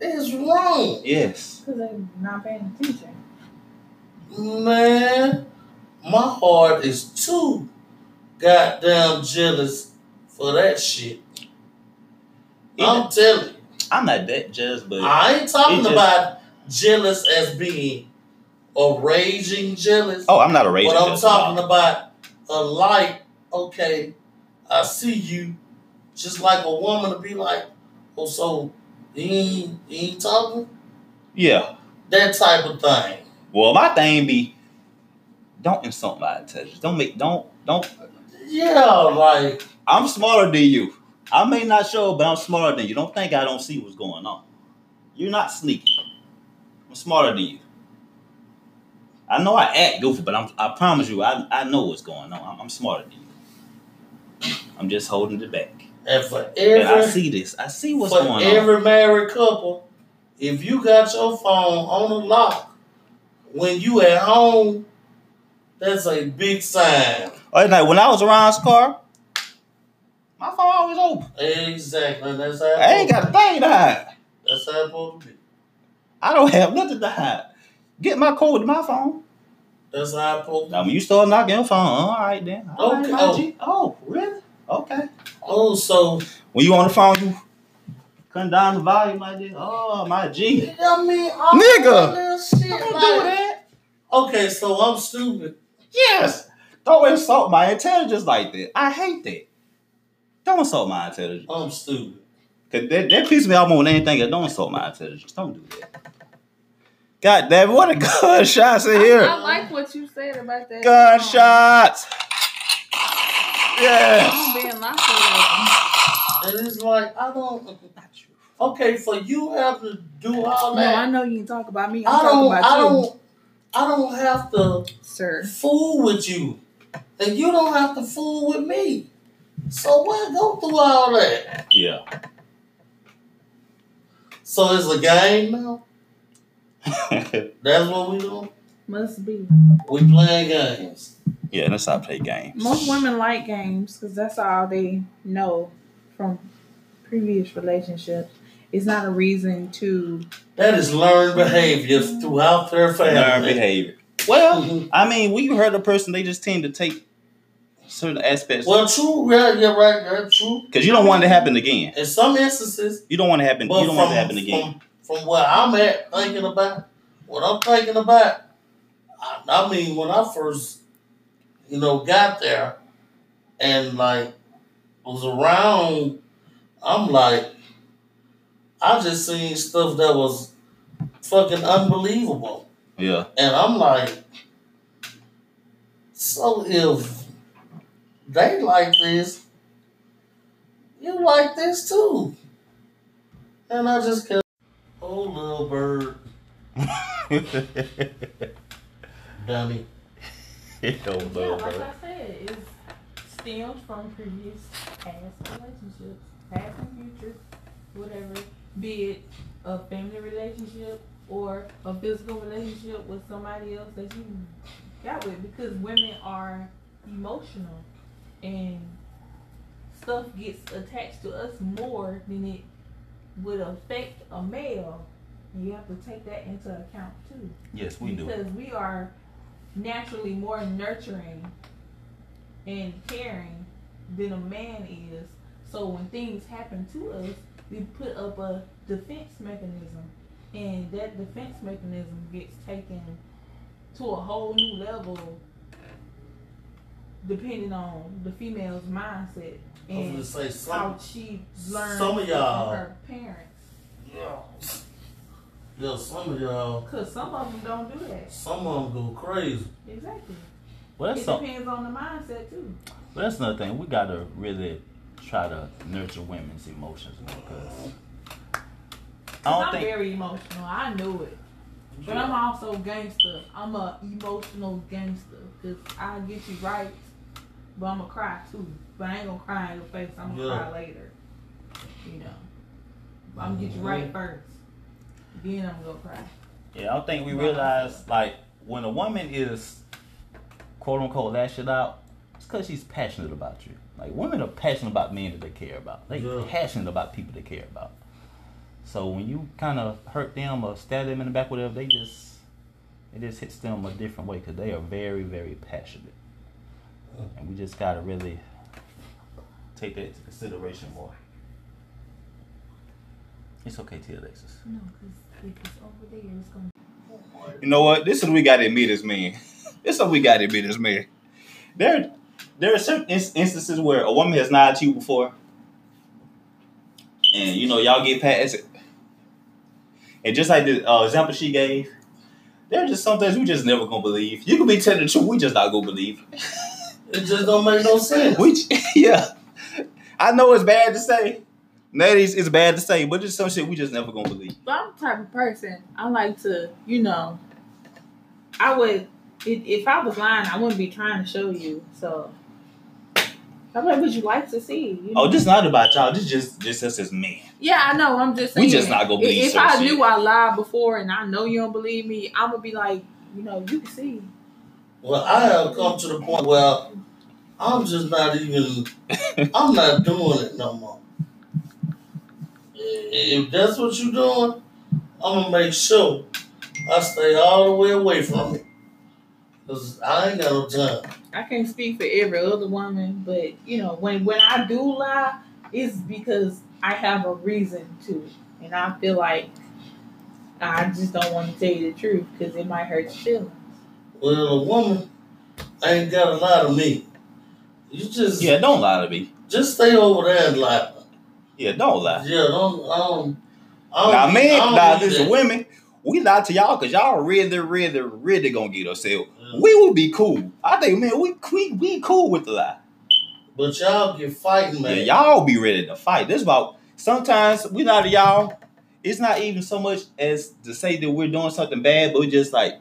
Speaker 2: is wrong.
Speaker 1: Yes.
Speaker 3: Because they're not paying attention.
Speaker 2: Man, my heart is too goddamn jealous for that shit. I'm telling you,
Speaker 1: I'm not that judged, but
Speaker 2: I ain't talking
Speaker 1: It just-
Speaker 2: about jealous as being a raging jealous.
Speaker 1: oh, I'm not a racist.
Speaker 2: but I'm
Speaker 1: judge.
Speaker 2: talking about a like, okay, I see you, just like a woman to be like, oh, so you ain't, you ain't talking?
Speaker 1: Yeah.
Speaker 2: That type of thing.
Speaker 1: Well, my thing be, don't insult my intelligence. Don't make. Don't. Don't
Speaker 2: Yeah, like,
Speaker 1: I'm smarter than you. I may not show, but I'm smarter than you. Don't think I don't see what's going on. You're not sneaky. I'm smarter than you. I know I act goofy, but I'm, I promise you, I, I know what's going on. I'm, I'm smarter than you. I'm just holding it back.
Speaker 2: and for
Speaker 1: And I
Speaker 2: every,
Speaker 1: see this. I see what's
Speaker 2: for
Speaker 1: going on.
Speaker 2: every married couple, if you got your phone on the lock when you at home, that's a big sign.
Speaker 1: Oh, like when I was around Scar, my phone always open.
Speaker 2: Exactly. and That's how it
Speaker 1: I ain't got a
Speaker 2: supposed-
Speaker 1: thing to hide.
Speaker 2: That's how it's supposed to be.
Speaker 1: I don't have nothing to hide. Get my code to my phone.
Speaker 2: That's how it's supposed to be.
Speaker 1: Now, when you start knocking your phone, uh, all right then. All right,
Speaker 2: Okay.
Speaker 1: my G. oh, really? Okay.
Speaker 2: Oh, so
Speaker 1: When you on the phone, you come down the volume like this. Oh, my G.
Speaker 2: I mean, all
Speaker 1: Nigga.
Speaker 2: that little shit,
Speaker 1: Don't do
Speaker 2: like-
Speaker 1: that.
Speaker 2: okay, so I'm stupid.
Speaker 1: Yes. Don't insult my intelligence like that. I hate that. Don't insult my intelligence.
Speaker 2: I'm stupid.
Speaker 1: Cause that, that pisses me off more than anything. else. Don't insult my intelligence. Don't do that. God damn, it, what a gunshots in
Speaker 3: I,
Speaker 1: here.
Speaker 3: I like what you said about that.
Speaker 1: Gunshots.
Speaker 3: I'm
Speaker 1: Yes.
Speaker 3: being locked away.
Speaker 2: And it's like, I don't. Okay, for you have to do all
Speaker 3: No, I
Speaker 2: that.
Speaker 3: know you can talk about me. I'm
Speaker 2: I
Speaker 3: talking
Speaker 2: don't.
Speaker 3: about
Speaker 2: I
Speaker 3: you,
Speaker 2: don't. I don't have to
Speaker 3: sir.
Speaker 2: fool with you, and you don't have to fool with me. So why go through all that?
Speaker 1: Yeah.
Speaker 2: So it's a game now. That's what we doing.
Speaker 3: Must be.
Speaker 2: We playing games.
Speaker 1: yeah, that's how I play games.
Speaker 3: Most women like games because that's all they know from previous relationships. It's not a reason to.
Speaker 2: That is learned behavior throughout their family.
Speaker 1: learn behavior. Well,
Speaker 2: Mhm.
Speaker 1: I mean, when you hurt a person, they just tend to take certain aspects
Speaker 2: Well, true. Yeah, yeah, right. Yeah, true.
Speaker 1: because you don't want it to happen again.
Speaker 2: In some instances,
Speaker 1: You don't want it to happen.
Speaker 2: but
Speaker 1: You don't
Speaker 2: from,
Speaker 1: want it to happen again.
Speaker 2: From, from where I'm at, thinking about what I'm thinking about, I, I mean, when I first, you know, got there, and like was around, I'm like, I just seen stuff that was fucking unbelievable.
Speaker 1: Yeah,
Speaker 2: And I'm like, so if they like this, you like this too. And I just kept, oh, little bird, dummy.
Speaker 1: Yo,
Speaker 5: Yeah,
Speaker 1: bro,
Speaker 5: like
Speaker 1: bro.
Speaker 5: I said, it's stems from previous past relationships, past and future, whatever. Be it a family relationship or a physical relationship with somebody else that you got with, because women are emotional and stuff gets attached to us more than it would affect a male. And you have to take that into account too
Speaker 1: Yes, we do.
Speaker 5: because we are naturally more nurturing and caring than a man is. So when things happen to us, we put up a defense mechanism, and that defense mechanism gets taken to a whole new level depending on the female's mindset
Speaker 2: I was gonna
Speaker 5: and
Speaker 2: say
Speaker 5: how
Speaker 2: some,
Speaker 5: she learned
Speaker 2: some of y'all-
Speaker 5: from her parents.
Speaker 2: yo, some of y'all,
Speaker 5: Because some of them don't do that.
Speaker 2: some of them go crazy.
Speaker 5: Exactly.
Speaker 1: Well, that's
Speaker 5: it
Speaker 1: some,
Speaker 5: depends on the mindset too.
Speaker 1: well, that's another thing. We gotta really try to nurture women's emotions because I
Speaker 5: I
Speaker 1: don't
Speaker 5: am
Speaker 1: think
Speaker 5: very emotional. I know it. But I'm also gangster. I'm a emotional gangster. Cause I get you right, but I'ma cry too. But I ain't gonna cry in your face. I'm gonna
Speaker 2: Yeah.
Speaker 5: cry later. You know. I'm gonna get you right first. Then I'm gonna cry.
Speaker 1: Yeah, I don't think we
Speaker 5: Right.
Speaker 1: realize like when a woman is quote unquote lash it out, it's because she's passionate about you. Like women are passionate about men that they care about. They
Speaker 2: Yeah.
Speaker 1: passionate about people they care about. So when you kind of hurt them or stab them in the back, whatever, they just it just hits them a different way because they are very very passionate, and we just gotta really take that into consideration more. It's okay, T. Alexis.
Speaker 5: No, cause if it's over there, it's gonna.
Speaker 1: You know what? This is what we got to admit as men. This is what we got to admit as men. There, there are certain ins- instances where a woman has lied to you before, and you know y'all get past it. And just like the uh, example she gave, there are just some things we just never gonna believe. You can be telling the truth, we just not gonna believe.
Speaker 2: It just don't make no sense.
Speaker 1: We, j- yeah, I know it's bad to say, ladies, it's bad to say, but it's some shit we just never gonna believe.
Speaker 3: But I'm the type of person I like to, you know, I would if, if I was lying, I wouldn't be trying to show you. So I'm like, would you like to see? You know?
Speaker 1: Oh, this not about y'all. This just, just us as men.
Speaker 3: yeah, I know. I'm just saying.
Speaker 1: We just not gonna believe
Speaker 3: If, if
Speaker 1: certain
Speaker 3: I
Speaker 1: shit.
Speaker 3: knew I lied before and I know you don't believe me, I'm gonna be like, you know, you can see.
Speaker 2: Well, I have come to the point where I'm just not even, I'm not doing it no more. If that's what you're doing, I'm gonna make sure I stay all the way away from it. Cause I ain't got no time.
Speaker 3: I can't speak for every other woman, but you know, when when I do lie, it's because I have a reason to, and I feel like I just don't want to tell you the truth because it might hurt your feelings.
Speaker 2: Well, a woman ain't got a lot of me. You just,
Speaker 1: Yeah, don't lie to me.
Speaker 2: just stay over there and like,
Speaker 1: Yeah, don't lie.
Speaker 2: yeah, don't, um,
Speaker 1: Now,
Speaker 2: I
Speaker 1: men,
Speaker 2: don't
Speaker 1: now
Speaker 2: do
Speaker 1: listen,
Speaker 2: that.
Speaker 1: women, we lie to y'all because y'all really, really, really gonna get ourselves.
Speaker 2: Yeah.
Speaker 1: We will be cool. I think, man, we we, we cool with the lie.
Speaker 2: But y'all get fighting,
Speaker 1: Yeah,
Speaker 2: man.
Speaker 1: y'all be ready to fight. This about sometimes we lie to y'all. It's not even so much as to say that we're doing something bad, but we just like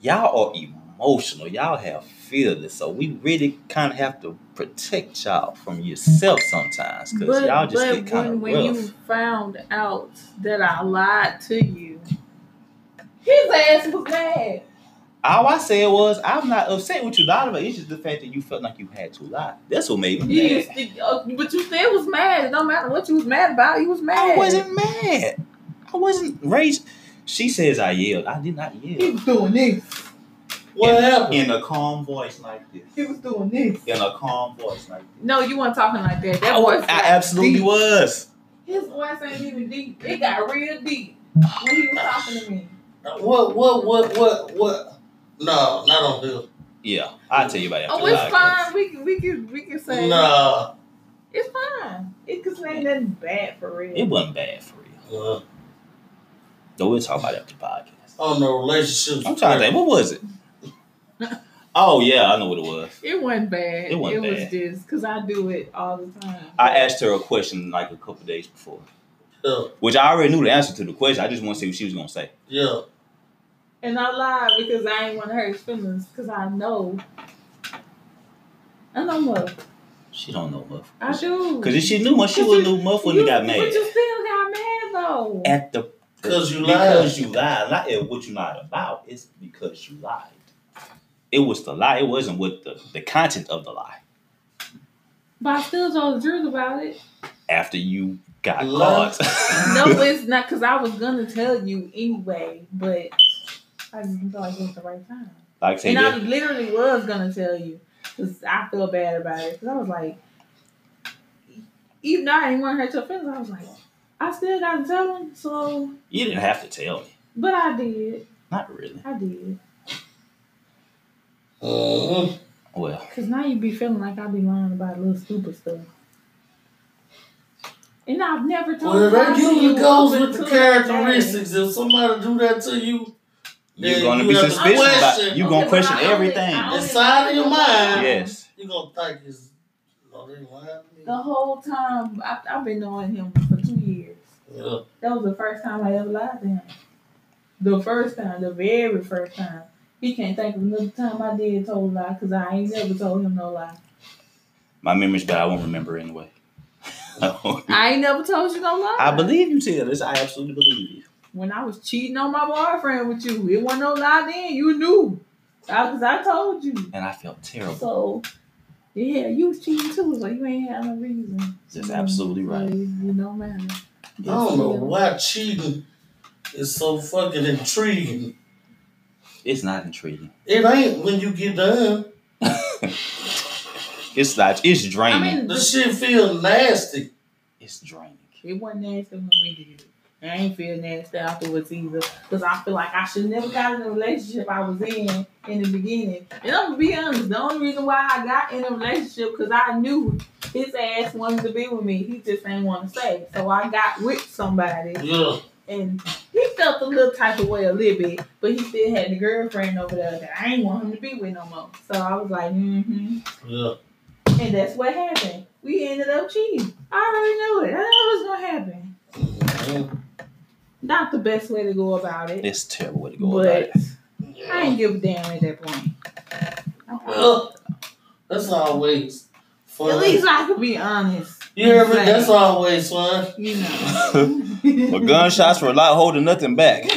Speaker 1: y'all are emotional. Y'all have feelings, so we really kind of have to protect y'all from yourself sometimes because y'all just get kind of rough.
Speaker 3: when you found out that I lied to you, his ass was mad.
Speaker 1: All I said was, I'm not upset with you lying, but it's just the fact that you felt like you had to lie. That's what made
Speaker 3: You
Speaker 1: me mad.
Speaker 3: used to, uh, but you still was mad. It don't matter what you was mad about. You was mad.
Speaker 1: I wasn't mad. I wasn't raged. She says I yelled. I did not
Speaker 3: He
Speaker 1: yell.
Speaker 3: was doing this.
Speaker 2: What happened?
Speaker 1: In a calm voice like
Speaker 3: He
Speaker 1: this.
Speaker 3: was doing this.
Speaker 1: In a calm voice like this.
Speaker 3: No, you weren't talking like that. That
Speaker 1: I,
Speaker 3: voice.
Speaker 1: I absolutely
Speaker 3: deep.
Speaker 1: was.
Speaker 3: His voice ain't even deep. It got real deep when he was talking to me.
Speaker 2: What, what, what, what, what? No, not on Bill.
Speaker 1: Yeah, I'll tell you about it. after
Speaker 3: Oh, it's
Speaker 1: the
Speaker 3: fine.
Speaker 1: podcast.
Speaker 3: We can, we can, we can say
Speaker 2: Nah.
Speaker 3: it's fine. It cause it ain't nothing bad for real.
Speaker 1: It wasn't bad for real.
Speaker 2: Uh,
Speaker 1: Though we'll talk about it after the podcast.
Speaker 2: on the relationships.
Speaker 1: I'm trying to think, what was it? Oh yeah, I know what it was.
Speaker 3: It wasn't bad.
Speaker 1: It wasn't
Speaker 3: it
Speaker 1: bad.
Speaker 3: was just because I do it all the time.
Speaker 1: I asked her a question like a couple days before,
Speaker 2: Yeah,
Speaker 1: which I already knew the answer to the question. I just want to see what she was gonna say.
Speaker 2: yeah.
Speaker 3: and I lied because I ain't want to hurt his feelings because I know. I know muff.
Speaker 1: She don't know
Speaker 3: I
Speaker 1: Muff.
Speaker 3: do.
Speaker 1: Cause if she knew Muff, she would have knew Muff when he
Speaker 3: You-
Speaker 1: got
Speaker 3: But
Speaker 1: mad
Speaker 3: you still got mad though.
Speaker 1: at the
Speaker 2: Because you lied.
Speaker 1: because you lied. Not at what you lied about. It's because you lied. It was the lie. It wasn't what the, the content of the lie.
Speaker 3: But I still told the truth about it.
Speaker 1: After you got
Speaker 2: Love.
Speaker 1: caught.
Speaker 3: No, it's not because I was gonna tell you anyway, but I just didn't feel like it was the right time.
Speaker 1: like I said,
Speaker 3: and I
Speaker 1: yeah,
Speaker 3: literally was gonna tell you because I feel bad about it because I was like, even though I didn't want to hurt your feelings, I was like, I still gotta tell him. So,
Speaker 1: you didn't have to tell me.
Speaker 3: but I did,
Speaker 1: Not really.
Speaker 3: I did,
Speaker 2: Mhm.
Speaker 1: Well,
Speaker 3: because now you be feeling like I be lying about little stupid stuff. And I've never told
Speaker 2: Well,
Speaker 3: you. I
Speaker 2: that
Speaker 3: see
Speaker 2: usually
Speaker 3: you
Speaker 2: goes
Speaker 3: open
Speaker 2: with the
Speaker 3: to it like that.
Speaker 2: characteristics. If somebody do that to you,
Speaker 1: you're
Speaker 2: Yeah,
Speaker 1: gonna
Speaker 2: you
Speaker 1: be
Speaker 2: have to
Speaker 1: suspicious. About,
Speaker 2: question.
Speaker 1: you're gonna
Speaker 3: Okay, but
Speaker 1: question
Speaker 3: I only-
Speaker 1: everything.
Speaker 3: I only
Speaker 2: Inside of your
Speaker 3: lied
Speaker 2: mind.
Speaker 1: yes.
Speaker 2: you gonna think it's no, they lying to me.
Speaker 3: The whole time I, I've been knowing him for two years.
Speaker 2: Yeah.
Speaker 3: That was the first time I ever lied to him. The first time, the very first time. He can't think of another time I did told a lie because I ain't never told him no lie.
Speaker 1: My memory's bad. I won't remember anyway. I
Speaker 3: I ain't never told you no lie.
Speaker 1: believe you, Taylor. This- I absolutely believe you.
Speaker 3: When I was cheating on my boyfriend with you, it wasn't no lie then. You knew. Because I, told you.
Speaker 1: And I felt terrible.
Speaker 3: So, yeah, you was cheating too. So you ain't had no reason.
Speaker 1: That's absolutely right.
Speaker 3: So it, it don't matter.
Speaker 2: I don't know why cheating is so fucking intriguing.
Speaker 1: It's not intriguing.
Speaker 2: It ain't when you get done.
Speaker 1: It's not. It's draining.
Speaker 3: I mean,
Speaker 2: The shit feel nasty.
Speaker 1: it's draining.
Speaker 3: It wasn't nasty when we did it. And I ain't feel nasty afterwards either. Because I feel like I should never got in the relationship I was in in the beginning. And I'm going to be honest, the only reason why I got in a relationship because I knew his ass wanted to be with me. He just ain't want to stay. So I got with somebody.
Speaker 2: Yeah.
Speaker 3: And he felt a little type of way a little bit. But he still had the girlfriend over there that I ain't want him to be with no more. So I was like, mm-hmm.
Speaker 2: Yeah.
Speaker 3: And that's what happened. We ended up cheating. I already knew it. I knew it was going to happen
Speaker 2: Mhm.
Speaker 3: not the best way to go about it.
Speaker 1: It's a terrible way to go about
Speaker 3: But
Speaker 1: it.
Speaker 3: I ain't give a damn at that point. I'm proud.
Speaker 2: Well, that's always fun.
Speaker 3: At least I could be honest.
Speaker 2: you hear me? That's always fun.
Speaker 3: you know.
Speaker 1: But gunshots were not holding nothing back.
Speaker 2: But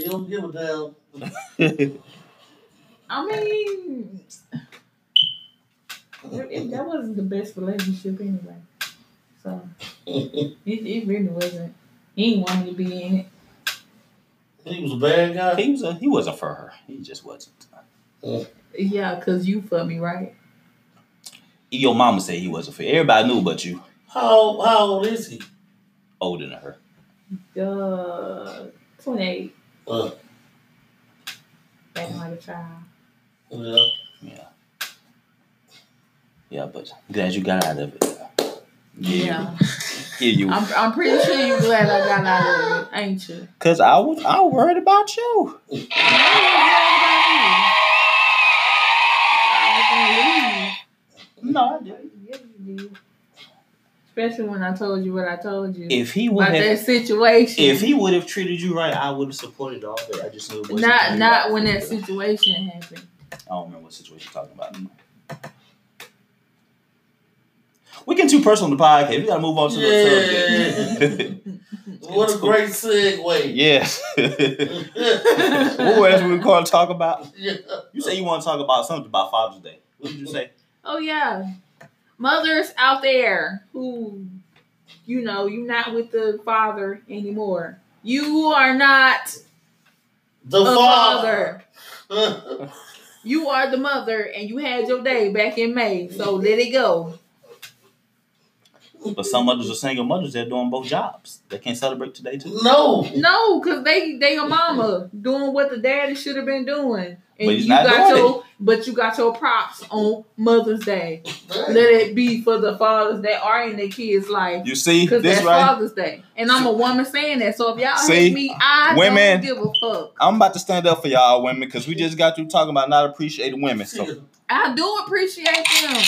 Speaker 2: you don't give a damn.
Speaker 3: I mean, it, it- that wasn't the best relationship anyway. So it, it really wasn't. He didn't want me to be in it.
Speaker 2: he was a bad guy.
Speaker 1: he was. A, he wasn't for her. He just wasn't.
Speaker 3: Yeah, cause you fucked me right.
Speaker 1: Your mama said he wasn't for. her. Everybody knew but you.
Speaker 2: How how old is he?
Speaker 1: Older than her.
Speaker 3: Duh, twenty eight,
Speaker 2: Uh,
Speaker 3: acting like a child.
Speaker 2: yeah.
Speaker 1: Yeah. Yeah, but glad you got out of it. Yeah. Give you.
Speaker 3: I'm, I'm pretty sure you're glad I got out of it, ain't you?
Speaker 1: Cause I was. I worried about you.
Speaker 3: I
Speaker 1: No,
Speaker 3: was gonna leave. Especially when I told you what I told you
Speaker 1: If he would
Speaker 3: about that
Speaker 1: have,
Speaker 3: situation.
Speaker 1: if he would have treated you right, I would have supported all that. I just knew it wasn't
Speaker 3: not
Speaker 1: gonna be
Speaker 3: not
Speaker 1: right
Speaker 3: when
Speaker 1: for
Speaker 3: that
Speaker 1: you.
Speaker 3: situation happened.
Speaker 1: I don't remember what situation you're talking about. We getting too personal on the podcast. We gotta move on to the subject.
Speaker 2: What a great segue.
Speaker 1: yes.
Speaker 2: Yeah.
Speaker 1: what else we gonna talk about?
Speaker 2: yeah.
Speaker 1: You say you want to talk about something about Father's Day. What did you say?
Speaker 3: Oh yeah, mothers out there who, you know, you're not with the father anymore. You are not
Speaker 2: The
Speaker 3: a father.
Speaker 2: father. father.
Speaker 3: You are the mother, and you had your day back in May, so let it go.
Speaker 1: But some mothers are single mothers. They're doing both jobs. They can't celebrate today too.
Speaker 2: no.
Speaker 3: No, cause they they a mama doing what the daddy should have been doing, and
Speaker 1: But he's
Speaker 3: you
Speaker 1: not
Speaker 3: got
Speaker 1: doing
Speaker 3: your but you got your props on Mother's Day. Let it be for the fathers that are in their kids' life.
Speaker 1: You see
Speaker 3: Cause
Speaker 1: this
Speaker 3: that's
Speaker 1: right?
Speaker 3: Father's Day, and I'm a woman saying that. So if y'all
Speaker 1: See?
Speaker 3: hate me, I
Speaker 1: Women.
Speaker 3: don't give a fuck.
Speaker 1: I'm about to stand up for y'all women because we just got through talking about not appreciating women. So
Speaker 2: Look,
Speaker 3: I do appreciate them.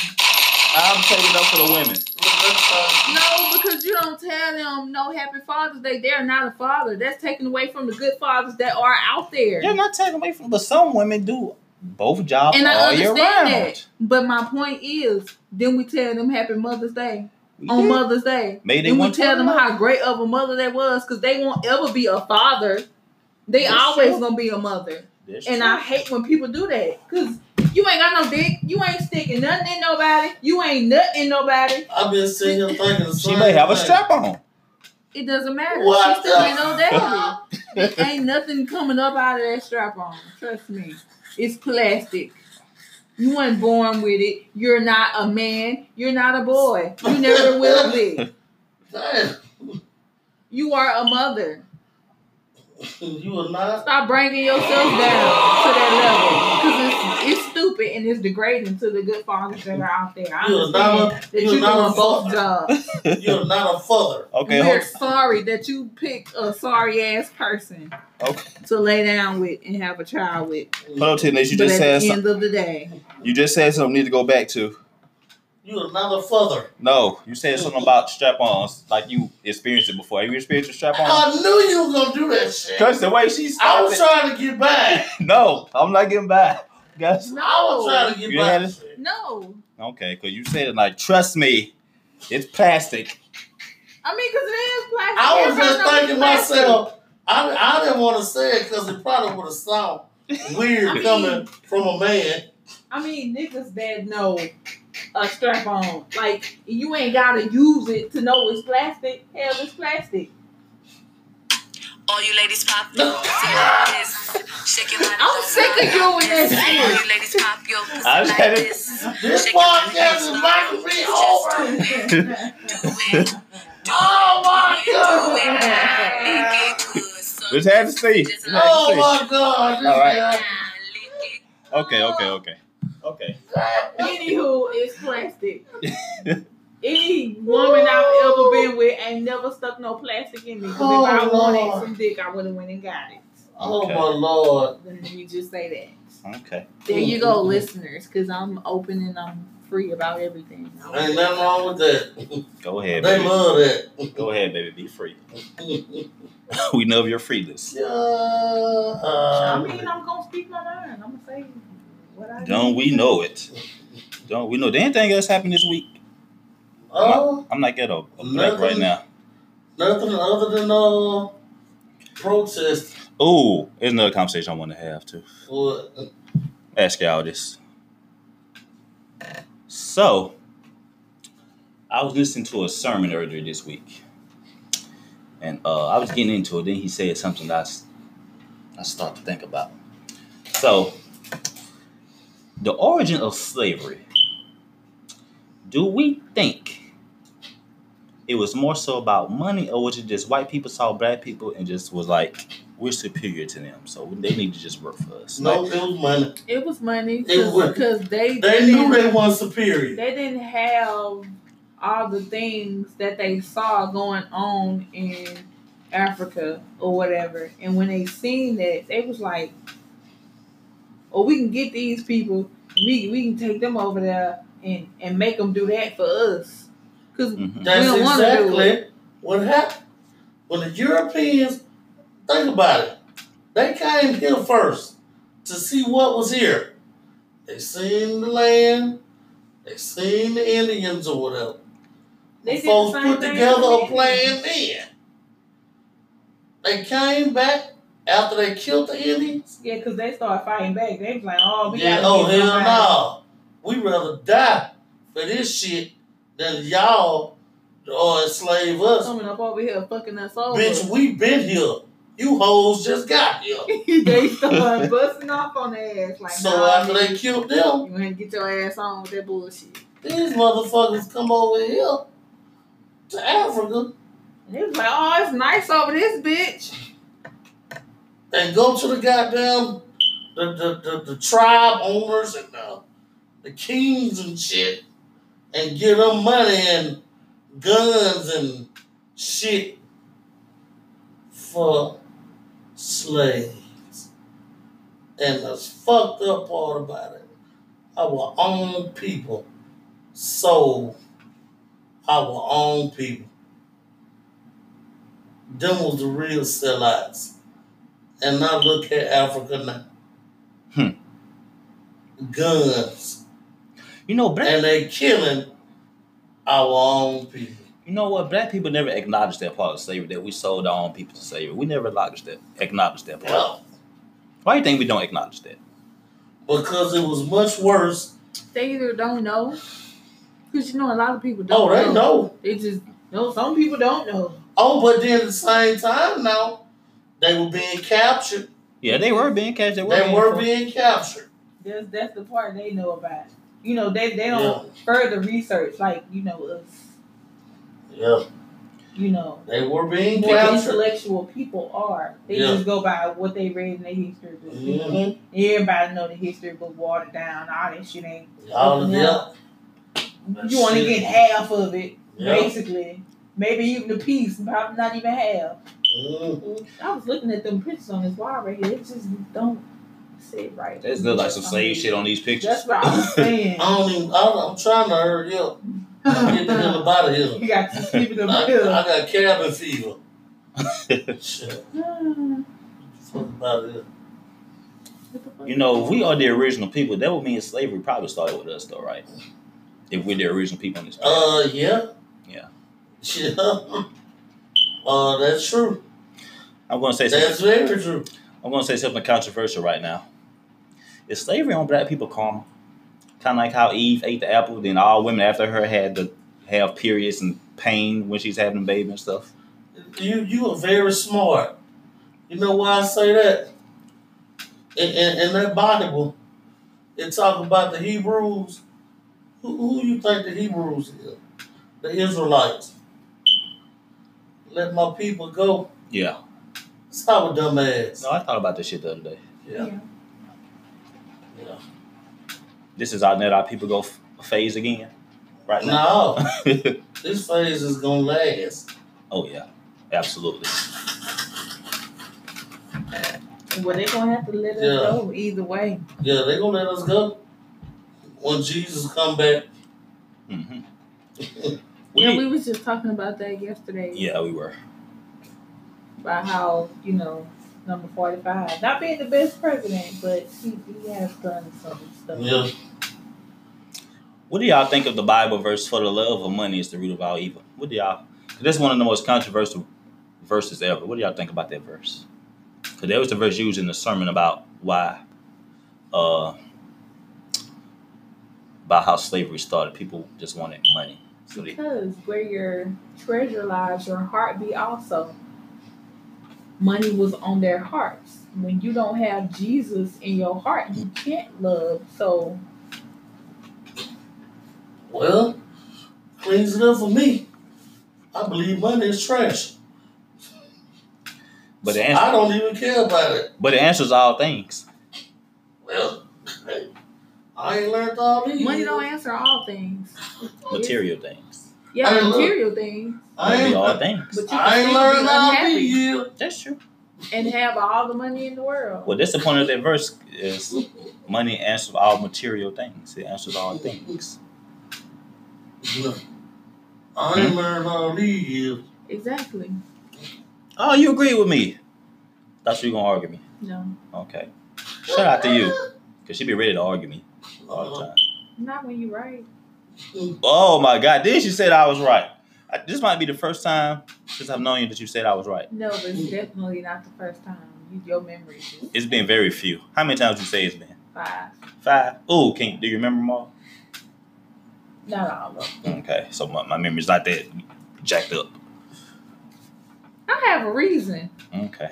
Speaker 1: I'm taking up for the women.
Speaker 2: that's how-
Speaker 3: No, because you don't tell them no Happy Father's Day. They're not a father. That's taken away from the good fathers that are out there.
Speaker 6: You're not taking away from, but some women do both jobs
Speaker 3: and
Speaker 6: all
Speaker 3: I
Speaker 6: year
Speaker 3: understand
Speaker 6: round.
Speaker 3: that. But my point is, then we tell them Happy Mother's Day
Speaker 6: We
Speaker 3: on
Speaker 6: did.
Speaker 3: Mother's Day.
Speaker 6: Maybe they
Speaker 3: and we
Speaker 6: want
Speaker 3: tell them
Speaker 6: to-
Speaker 3: how great of a mother they was because they won't ever be a father. They
Speaker 6: That's
Speaker 3: always
Speaker 6: true.
Speaker 3: gonna be a mother.
Speaker 6: That's
Speaker 3: And
Speaker 6: true.
Speaker 3: I hate when people do that because you ain't got no dick. You ain't sticking nothing in nobody. You ain't nothing in nobody.
Speaker 2: I've been sitting here thinking. the
Speaker 1: She
Speaker 2: same
Speaker 1: may have a
Speaker 2: thing.
Speaker 1: strap on.
Speaker 3: It doesn't matter.
Speaker 2: What
Speaker 3: She still
Speaker 2: the
Speaker 3: ain't no daddy. ain't nothing coming up out of that strap on. Trust me. It's plastic. You weren't born with it. You're not a man. You're not a boy. You never will be.
Speaker 2: Damn.
Speaker 3: You are a mother.
Speaker 2: You are not.
Speaker 3: Stop bringing yourself down to that level. Because it's, it's stupid and it's degrading to the good fathers that are out there. I
Speaker 2: You are not a-
Speaker 3: understand that
Speaker 2: you are
Speaker 3: you're doing
Speaker 2: not a
Speaker 3: both
Speaker 2: father.
Speaker 3: jobs.
Speaker 2: You are not a father.
Speaker 1: Okay,
Speaker 3: We're
Speaker 1: hold,
Speaker 3: sorry that you picked a sorry ass person
Speaker 1: okay.
Speaker 3: to lay down with and have a child with.
Speaker 1: hold on, Tina. You
Speaker 3: but
Speaker 1: just
Speaker 3: at
Speaker 1: said
Speaker 3: the
Speaker 1: some,
Speaker 3: end of the day,
Speaker 1: you just said something. we Need to go back to.
Speaker 2: You are not a father.
Speaker 1: No, you said something about strap-ons, like you experienced it before. Have you experienced a strap-on?
Speaker 2: I knew you were gonna do that shit.
Speaker 1: Cause the way she
Speaker 2: Uh, I
Speaker 1: started.
Speaker 2: was trying to get back.
Speaker 1: No, I'm not getting by. Guys.
Speaker 3: no.
Speaker 2: I was trying to get
Speaker 1: You
Speaker 2: back.
Speaker 1: had it?
Speaker 3: No.
Speaker 1: Okay, cause you said it like, trust me, it's plastic.
Speaker 3: I mean, because it is plastic.
Speaker 2: I was
Speaker 3: Everybody
Speaker 2: just
Speaker 3: knows it's
Speaker 2: thinking
Speaker 3: plastic.
Speaker 2: myself. I, I didn't want to say it because it probably would have sound weird
Speaker 3: I mean-
Speaker 2: coming from a man.
Speaker 3: I mean, niggas that know a strap on. Like, you ain't got to use it to know it's plastic. Hell, it's plastic.
Speaker 5: All you ladies pop your
Speaker 2: No.
Speaker 5: pussy like this. Shake it like
Speaker 3: I'm sick of you with that
Speaker 5: All
Speaker 3: shit.
Speaker 5: you ladies pop your pussy
Speaker 1: I
Speaker 5: like
Speaker 1: had it.
Speaker 5: this.
Speaker 2: This podcast is about to be over.
Speaker 5: Do it.
Speaker 2: Oh my
Speaker 5: Do it.
Speaker 2: god!
Speaker 5: Lick it good. son.
Speaker 1: Just had to see.
Speaker 5: Just like
Speaker 2: Oh my god! This
Speaker 1: All right.
Speaker 5: that.
Speaker 2: guy-
Speaker 5: Lick it
Speaker 1: Okay, okay, okay.
Speaker 6: Okay.
Speaker 3: Anywho, it's plastic. Any woman I've ever been with ain't never stuck no plastic in me. Because
Speaker 2: Oh,
Speaker 3: if I wanted
Speaker 2: Lord.
Speaker 3: some dick, I would have went and got it.
Speaker 2: Oh
Speaker 1: Okay.
Speaker 2: my lord!
Speaker 3: Let me just say that.
Speaker 1: Okay.
Speaker 3: There you go, listeners, because I'm open and I'm free about everything.
Speaker 2: Ain't nothing wrong with that.
Speaker 1: Go ahead,
Speaker 2: They
Speaker 1: baby.
Speaker 2: love that.
Speaker 1: Go ahead, baby. Be free. we know you're freeless.
Speaker 2: Yeah.
Speaker 3: I
Speaker 2: uh,
Speaker 3: mean, I'm gonna speak my mind. I'm gonna say what I
Speaker 1: Don't we know it? Don't we know? Did anything else happen this week?
Speaker 2: Oh,
Speaker 1: I'm not ghetto. I'm black right
Speaker 2: Nothing.
Speaker 1: now.
Speaker 2: nothing other than uh, protest.
Speaker 1: Ooh, there's another conversation I want to have too.
Speaker 2: for
Speaker 1: ask y'all this. So, I was listening to a sermon earlier this week, and uh, I was getting into it. Then he said something that I, s- I start to think about. So, the origin of slavery. Do we think it was more so about money, or was it just white people saw black people and just was like, we're superior to them, so they need to just work for us? Like,
Speaker 2: No, it was money.
Speaker 3: It was money
Speaker 2: It was-
Speaker 3: because they
Speaker 2: They
Speaker 3: didn't,
Speaker 2: knew they weren't superior.
Speaker 3: they didn't have all the things that they saw going on in Africa or whatever. And when they seen that, they was like, "Oh, we can get these people. We we can take them over there and and make them do that for us." Because
Speaker 1: mhm.
Speaker 2: That's
Speaker 3: don't wanna do
Speaker 2: exactly what happened. When the Europeans, think about it, they came here first to see what was here. They seen the land, they seen the Indians or whatever.
Speaker 3: they did the
Speaker 2: Folks
Speaker 3: same
Speaker 2: put
Speaker 3: thing
Speaker 2: together a
Speaker 3: with me.
Speaker 2: plan then. They came back after they killed the Indians.
Speaker 3: Yeah, because they started fighting back. They was like, "Oh, we
Speaker 2: Yeah,
Speaker 3: gotta
Speaker 2: oh
Speaker 3: get
Speaker 2: hell
Speaker 3: somebody."
Speaker 2: no. We rather die for this shit than y'all or enslave us.
Speaker 3: coming up over here fucking us over.
Speaker 2: Bitch, we been here. You hoes just got here.
Speaker 3: they started busting off on their ass like,
Speaker 2: so
Speaker 3: nah,
Speaker 2: after they killed them,
Speaker 3: you ain't get your ass on with that bullshit.
Speaker 2: these motherfuckers come over here to Africa
Speaker 3: And it was like, oh, it's nice over this bitch.
Speaker 2: and go to the goddamn the, the, the, the tribe owners and the, the kings and shit and give them money and guns and shit for slaves. And the fucked up part about it, our own people sold our own people. Them was the real sellouts. And now look at Africa now. Guns.
Speaker 1: You know, black.
Speaker 2: And they killing our own people.
Speaker 1: You know what? Black people never acknowledged that part of slavery. That we sold our own people to slavery. We never acknowledged that. Acknowledged that part.
Speaker 2: Yeah.
Speaker 1: Why do you think we don't acknowledge that?
Speaker 2: Because it was much worse.
Speaker 3: They either don't know, because you know a lot of people don't.
Speaker 2: Oh, they know.
Speaker 3: They just no. Some people don't know.
Speaker 2: Oh, but then at the same time now, they were being captured.
Speaker 1: Yeah, they were being catch. They were.
Speaker 2: They
Speaker 1: being
Speaker 2: were
Speaker 1: fucked.
Speaker 2: being captured.
Speaker 3: That's that's the part they know about. You know they they don't further research like you know us.
Speaker 2: Yeah.
Speaker 3: You know
Speaker 2: They were being
Speaker 3: more
Speaker 2: captured.
Speaker 3: intellectual people are. They
Speaker 2: Yeah.
Speaker 3: just go by what they read in their history book. you know.
Speaker 2: Mhm.
Speaker 3: Everybody know the history book watered down. All that shit ain't.
Speaker 2: All of them.
Speaker 3: You want to
Speaker 2: shit.
Speaker 3: get half of it,
Speaker 2: Yeah.
Speaker 3: basically. Maybe even a piece, probably not even half.
Speaker 2: Mhm.
Speaker 3: I was looking at them pictures on this wall right here. It just don't sit right.
Speaker 1: That's look like some slave shit on these pictures.
Speaker 3: That's what I was saying.
Speaker 2: I don't even, I don't, I'm trying to hurry up. Get the hell out of here.
Speaker 3: you got to sleep in
Speaker 2: I,
Speaker 3: the
Speaker 2: I
Speaker 3: middle.
Speaker 2: got cabin fever. Shit. Fuck about it.
Speaker 1: You know, if we are the original people, that would mean slavery probably started with us, though, right? If we're the original people on this planet.
Speaker 2: Uh, yeah.
Speaker 1: Yeah.
Speaker 2: Yeah. Uh, that's true.
Speaker 1: I'm gonna say something,
Speaker 2: That's very true.
Speaker 1: I'm gonna say something controversial right now. Is slavery on black people karma? Kind of like how Eve ate the apple, then all women after her had to have periods and pain when she's having a baby and stuff.
Speaker 2: You you are very smart. You know why I say that? In, in, in that Bible, it talk about the Hebrews. Who, who you think the Hebrews is? The Israelites. Let my people go.
Speaker 1: Yeah.
Speaker 2: Stop a dumbass.
Speaker 1: No, I thought about this shit the other day.
Speaker 2: Yeah. yeah.
Speaker 1: This is our net our people go f- phase again, right now.
Speaker 2: No, this phase is gonna last.
Speaker 1: oh yeah, absolutely.
Speaker 3: Well, they gonna have to let us
Speaker 2: Yeah.
Speaker 3: go either way.
Speaker 2: Yeah, they gonna let us go when Jesus come back.
Speaker 1: hmm
Speaker 3: You know, we was just talking about that yesterday
Speaker 1: yeah, we were.
Speaker 3: about how you know number forty five not being the best president, but he, he has done some stuff.
Speaker 2: yeah.
Speaker 1: What do y'all think of the Bible verse for the love of money is the root of all evil? What do y'all? 'cause That's one of the most controversial verses ever. What do y'all think about that verse? Because that was the verse used in the sermon about why, uh, about how slavery started. People just wanted money. So they,
Speaker 3: Because where your treasure lies, your heart be also. Money was on their hearts. When you don't have Jesus in your heart, you can't love. So
Speaker 2: Well, cleans it up for me. I believe money is trash.
Speaker 1: but the
Speaker 2: I
Speaker 1: answer,
Speaker 2: don't even care about it.
Speaker 1: but the answer is all things.
Speaker 2: Well, I ain't learned all these.
Speaker 3: money don't answer all things.
Speaker 1: Material things.
Speaker 3: Yeah,
Speaker 2: Hey, look.
Speaker 3: material things.
Speaker 2: I
Speaker 1: Maybe
Speaker 2: ain't,
Speaker 1: all things.
Speaker 3: But you can
Speaker 2: I ain't
Speaker 3: still
Speaker 2: learned
Speaker 3: be
Speaker 2: all these.
Speaker 3: unhappy
Speaker 2: years.
Speaker 1: That's true.
Speaker 3: and have all the money in the world.
Speaker 1: Well, that's the point of that verse is money answers all material things. It answers all things.
Speaker 2: Look, I ain't learned all these years.
Speaker 3: Exactly.
Speaker 1: Oh, you agree with me? That's what you gonna argue me.
Speaker 3: No,
Speaker 1: Okay. Shout out to you. Cause she be ready to argue me all
Speaker 3: Uh-huh.
Speaker 2: Uh,
Speaker 1: the time.
Speaker 3: not when you're right.
Speaker 1: Oh my god, then she said I was right. I, this might be the first time since I've known you that you said I was right.
Speaker 3: No, but it's definitely not the first time. You- Your memory is just
Speaker 1: It's been very few. How many times you say it's been?
Speaker 3: five.
Speaker 1: Five. Ooh, can do you remember them all?
Speaker 3: Not all of them.
Speaker 1: Okay, so my, my memory's not that jacked up.
Speaker 3: I have a reason.
Speaker 1: Okay.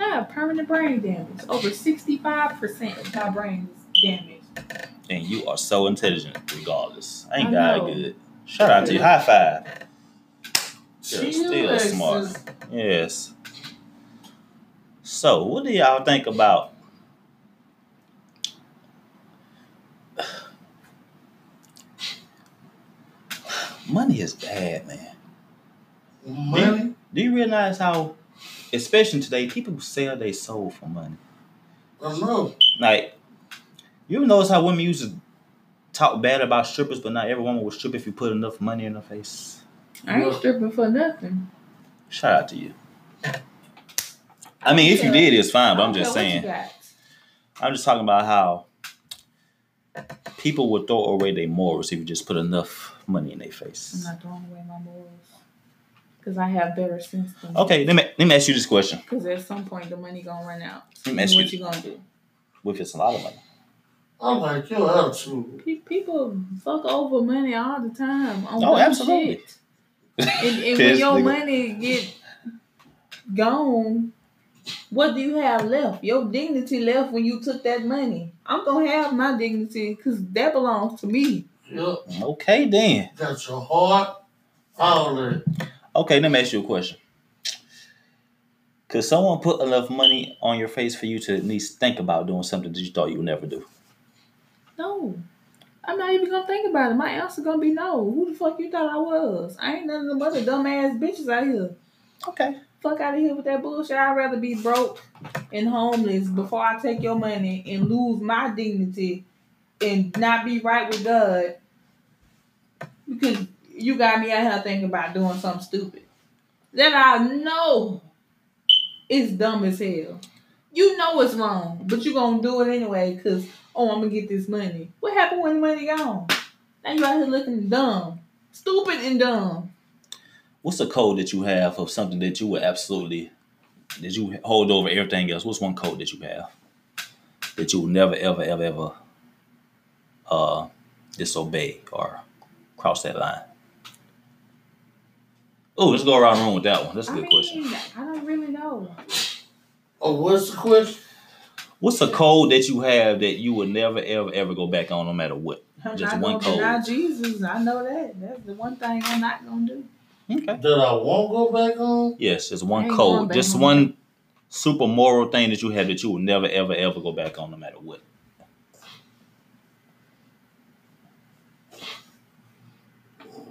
Speaker 3: I have permanent brain damage. Over 65% of my brain is damaged.
Speaker 1: And you are so intelligent regardless. Ain't
Speaker 3: I
Speaker 1: God
Speaker 3: know.
Speaker 1: good? Shout out to you. High five. You're still
Speaker 2: Jesus.
Speaker 1: smart. Yes. So, what do y'all think about is bad, man.
Speaker 2: Money?
Speaker 1: Do you realize how, especially today, people sell their soul for money?
Speaker 2: I know.
Speaker 1: Like, you ever notice how women used to talk bad about strippers, but not every woman would strip if you put enough money in her face?
Speaker 3: I ain't stripping for nothing.
Speaker 1: Shout out to you. I mean, if you did, it's fine, but I'm just
Speaker 3: I
Speaker 1: saying.
Speaker 3: don't care what you got.
Speaker 1: I'm just talking about how people would throw away their morals if you just put enough money in their
Speaker 3: I'm
Speaker 1: face.
Speaker 3: not throwing away my morals because I have better sense than
Speaker 1: Okay, let me, let me ask you this question.
Speaker 3: Because at some point the money gonna run out.
Speaker 1: Let me
Speaker 3: And
Speaker 1: ask
Speaker 3: what you
Speaker 1: you,
Speaker 3: gonna do?
Speaker 1: what if it's a lot of money?
Speaker 2: I'm like, you're out of trouble.
Speaker 3: Pe- People fuck over money all the time. On
Speaker 1: Oh,
Speaker 3: dumb
Speaker 1: absolutely.
Speaker 3: Shit. And, and when
Speaker 1: Piss,
Speaker 3: your
Speaker 1: nigga.
Speaker 3: money get gone, what do you have left? Your dignity left when you took that money. I'm gonna have my dignity because that belongs to me.
Speaker 2: Yep.
Speaker 1: Okay, then.
Speaker 2: Got your heart. All that.
Speaker 1: Okay, let me ask you a question. Could someone put enough money on your face for you to at least think about doing something that you thought you would never do?
Speaker 3: No. I'm not even gonna think about it. My answer gonna be no. Who the fuck you thought I was? I ain't none of them other dumbass bitches out here.
Speaker 1: Okay.
Speaker 3: Fuck out of here with that bullshit. I'd rather be broke and homeless before I take your money and lose my dignity and not be right with God because you got me out here thinking about doing something stupid that I know is dumb as hell. You know it's wrong, but you gonna do it anyway because oh, I'm gonna get this money. What happened when the money gone? Now you out here looking dumb, stupid, and dumb.
Speaker 1: What's a code that you have of something that you would absolutely that you hold over everything else? What's one code that you have that you will never, ever, ever, ever uh, disobey or cross that line? Oh, let's go around the room with that one. That's a
Speaker 3: I
Speaker 1: good
Speaker 3: mean,
Speaker 1: question.
Speaker 3: I don't really know.
Speaker 2: Oh, what's the question?
Speaker 1: What's a code that you have that you would never, ever, ever go back on, no matter what?
Speaker 3: I'm
Speaker 1: Just
Speaker 3: not
Speaker 1: one
Speaker 3: gonna deny
Speaker 1: code.
Speaker 3: Jesus. I know that. That's the one thing I'm not gonna do.
Speaker 1: Okay.
Speaker 2: That I won't go back on?
Speaker 1: Yes, there's
Speaker 3: I
Speaker 1: one
Speaker 3: ain't going
Speaker 1: code,
Speaker 3: back
Speaker 1: just
Speaker 3: on
Speaker 1: one super moral thing that you have that you will never, ever, ever go back on, no matter what.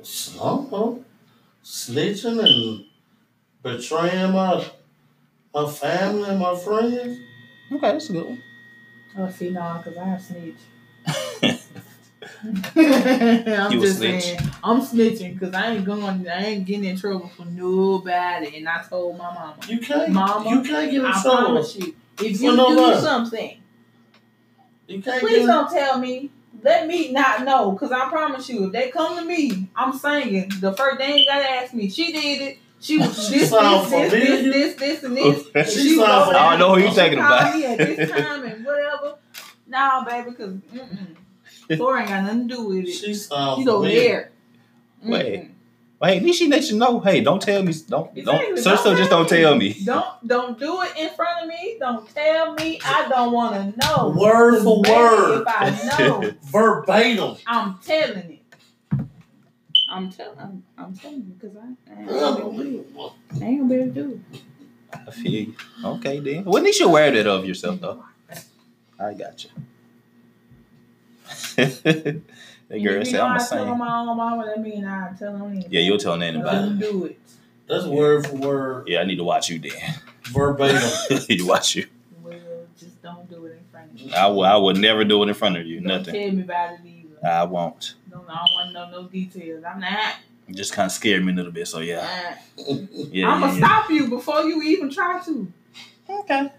Speaker 2: Something. Snitching and betraying my my family and my friends.
Speaker 1: Okay, that's a good one.
Speaker 3: Oh, see, no, because I snitch. I'm
Speaker 1: You a
Speaker 3: just
Speaker 1: snitch.
Speaker 3: saying, I'm snitching because I ain't going, I ain't getting in trouble for nobody. And I told my mama,
Speaker 2: You can't.
Speaker 3: Mama,
Speaker 2: you can't get in
Speaker 3: I
Speaker 2: trouble.
Speaker 3: promise you, if
Speaker 2: For
Speaker 3: you do
Speaker 2: nobody.
Speaker 3: something,
Speaker 2: You can't
Speaker 3: Please
Speaker 2: get.
Speaker 3: don't tell me. Let me not know, cause I promise you, if they come to me, I'm singing. The first they ain't gotta ask me. She did it. She was
Speaker 2: She
Speaker 3: this, this,
Speaker 2: sound
Speaker 3: this, this,
Speaker 2: familiar.
Speaker 3: this, this, and this. And
Speaker 2: She
Speaker 3: was
Speaker 2: sound
Speaker 3: over there.
Speaker 2: I know who you
Speaker 3: She
Speaker 1: thinking
Speaker 3: called
Speaker 1: about.
Speaker 3: me at this time and whatever. Nah, baby, cause mm-mm. Thor ain't got nothing to do with it.
Speaker 2: She sounds
Speaker 3: She's over
Speaker 2: familiar.
Speaker 3: there.
Speaker 1: Wait.
Speaker 3: Mm-mm.
Speaker 1: Well, hey, at least she let you know. Hey, don't tell me. Don't
Speaker 3: Exactly.
Speaker 1: don't. Sir, so just don't tell me.
Speaker 3: Don't don't do it in front of me. Don't tell me. I don't want to know.
Speaker 2: Word for
Speaker 3: Baby,
Speaker 2: word.
Speaker 3: If I know.
Speaker 2: Verbatim.
Speaker 3: I'm telling it. I'm telling. I'm, I'm telling you because I, I ain't gonna be able to do
Speaker 2: Unbelievable.
Speaker 3: it. I ain't gonna be able to do
Speaker 1: I feel you. Okay, then. Well, at least you're aware of that of yourself, though. I got you. that
Speaker 3: it.
Speaker 1: girl
Speaker 3: And if you
Speaker 1: said,
Speaker 3: know
Speaker 1: "I'm a
Speaker 3: I tell
Speaker 1: saint."
Speaker 3: my own mama. That mean I tell them anything.
Speaker 1: Yeah, you'll tell
Speaker 3: But
Speaker 1: anybody.
Speaker 3: I don't do it.
Speaker 2: That's word for word.
Speaker 1: Yeah, I need to watch you then.
Speaker 2: Verbatim.
Speaker 1: you watch you.
Speaker 3: Well, just don't do it in front of me.
Speaker 1: I will. I would never do it in front of you.
Speaker 3: Don't
Speaker 1: Nothing.
Speaker 3: Tell me about it either.
Speaker 1: I won't.
Speaker 3: Don't, I don't want to know no details. I'm not.
Speaker 1: It just kind of scared me a little bit. So yeah.
Speaker 3: uh,
Speaker 1: Yeah.
Speaker 3: I'm
Speaker 1: yeah,
Speaker 3: gonna
Speaker 1: yeah.
Speaker 3: stop you before you even try to.
Speaker 1: Okay.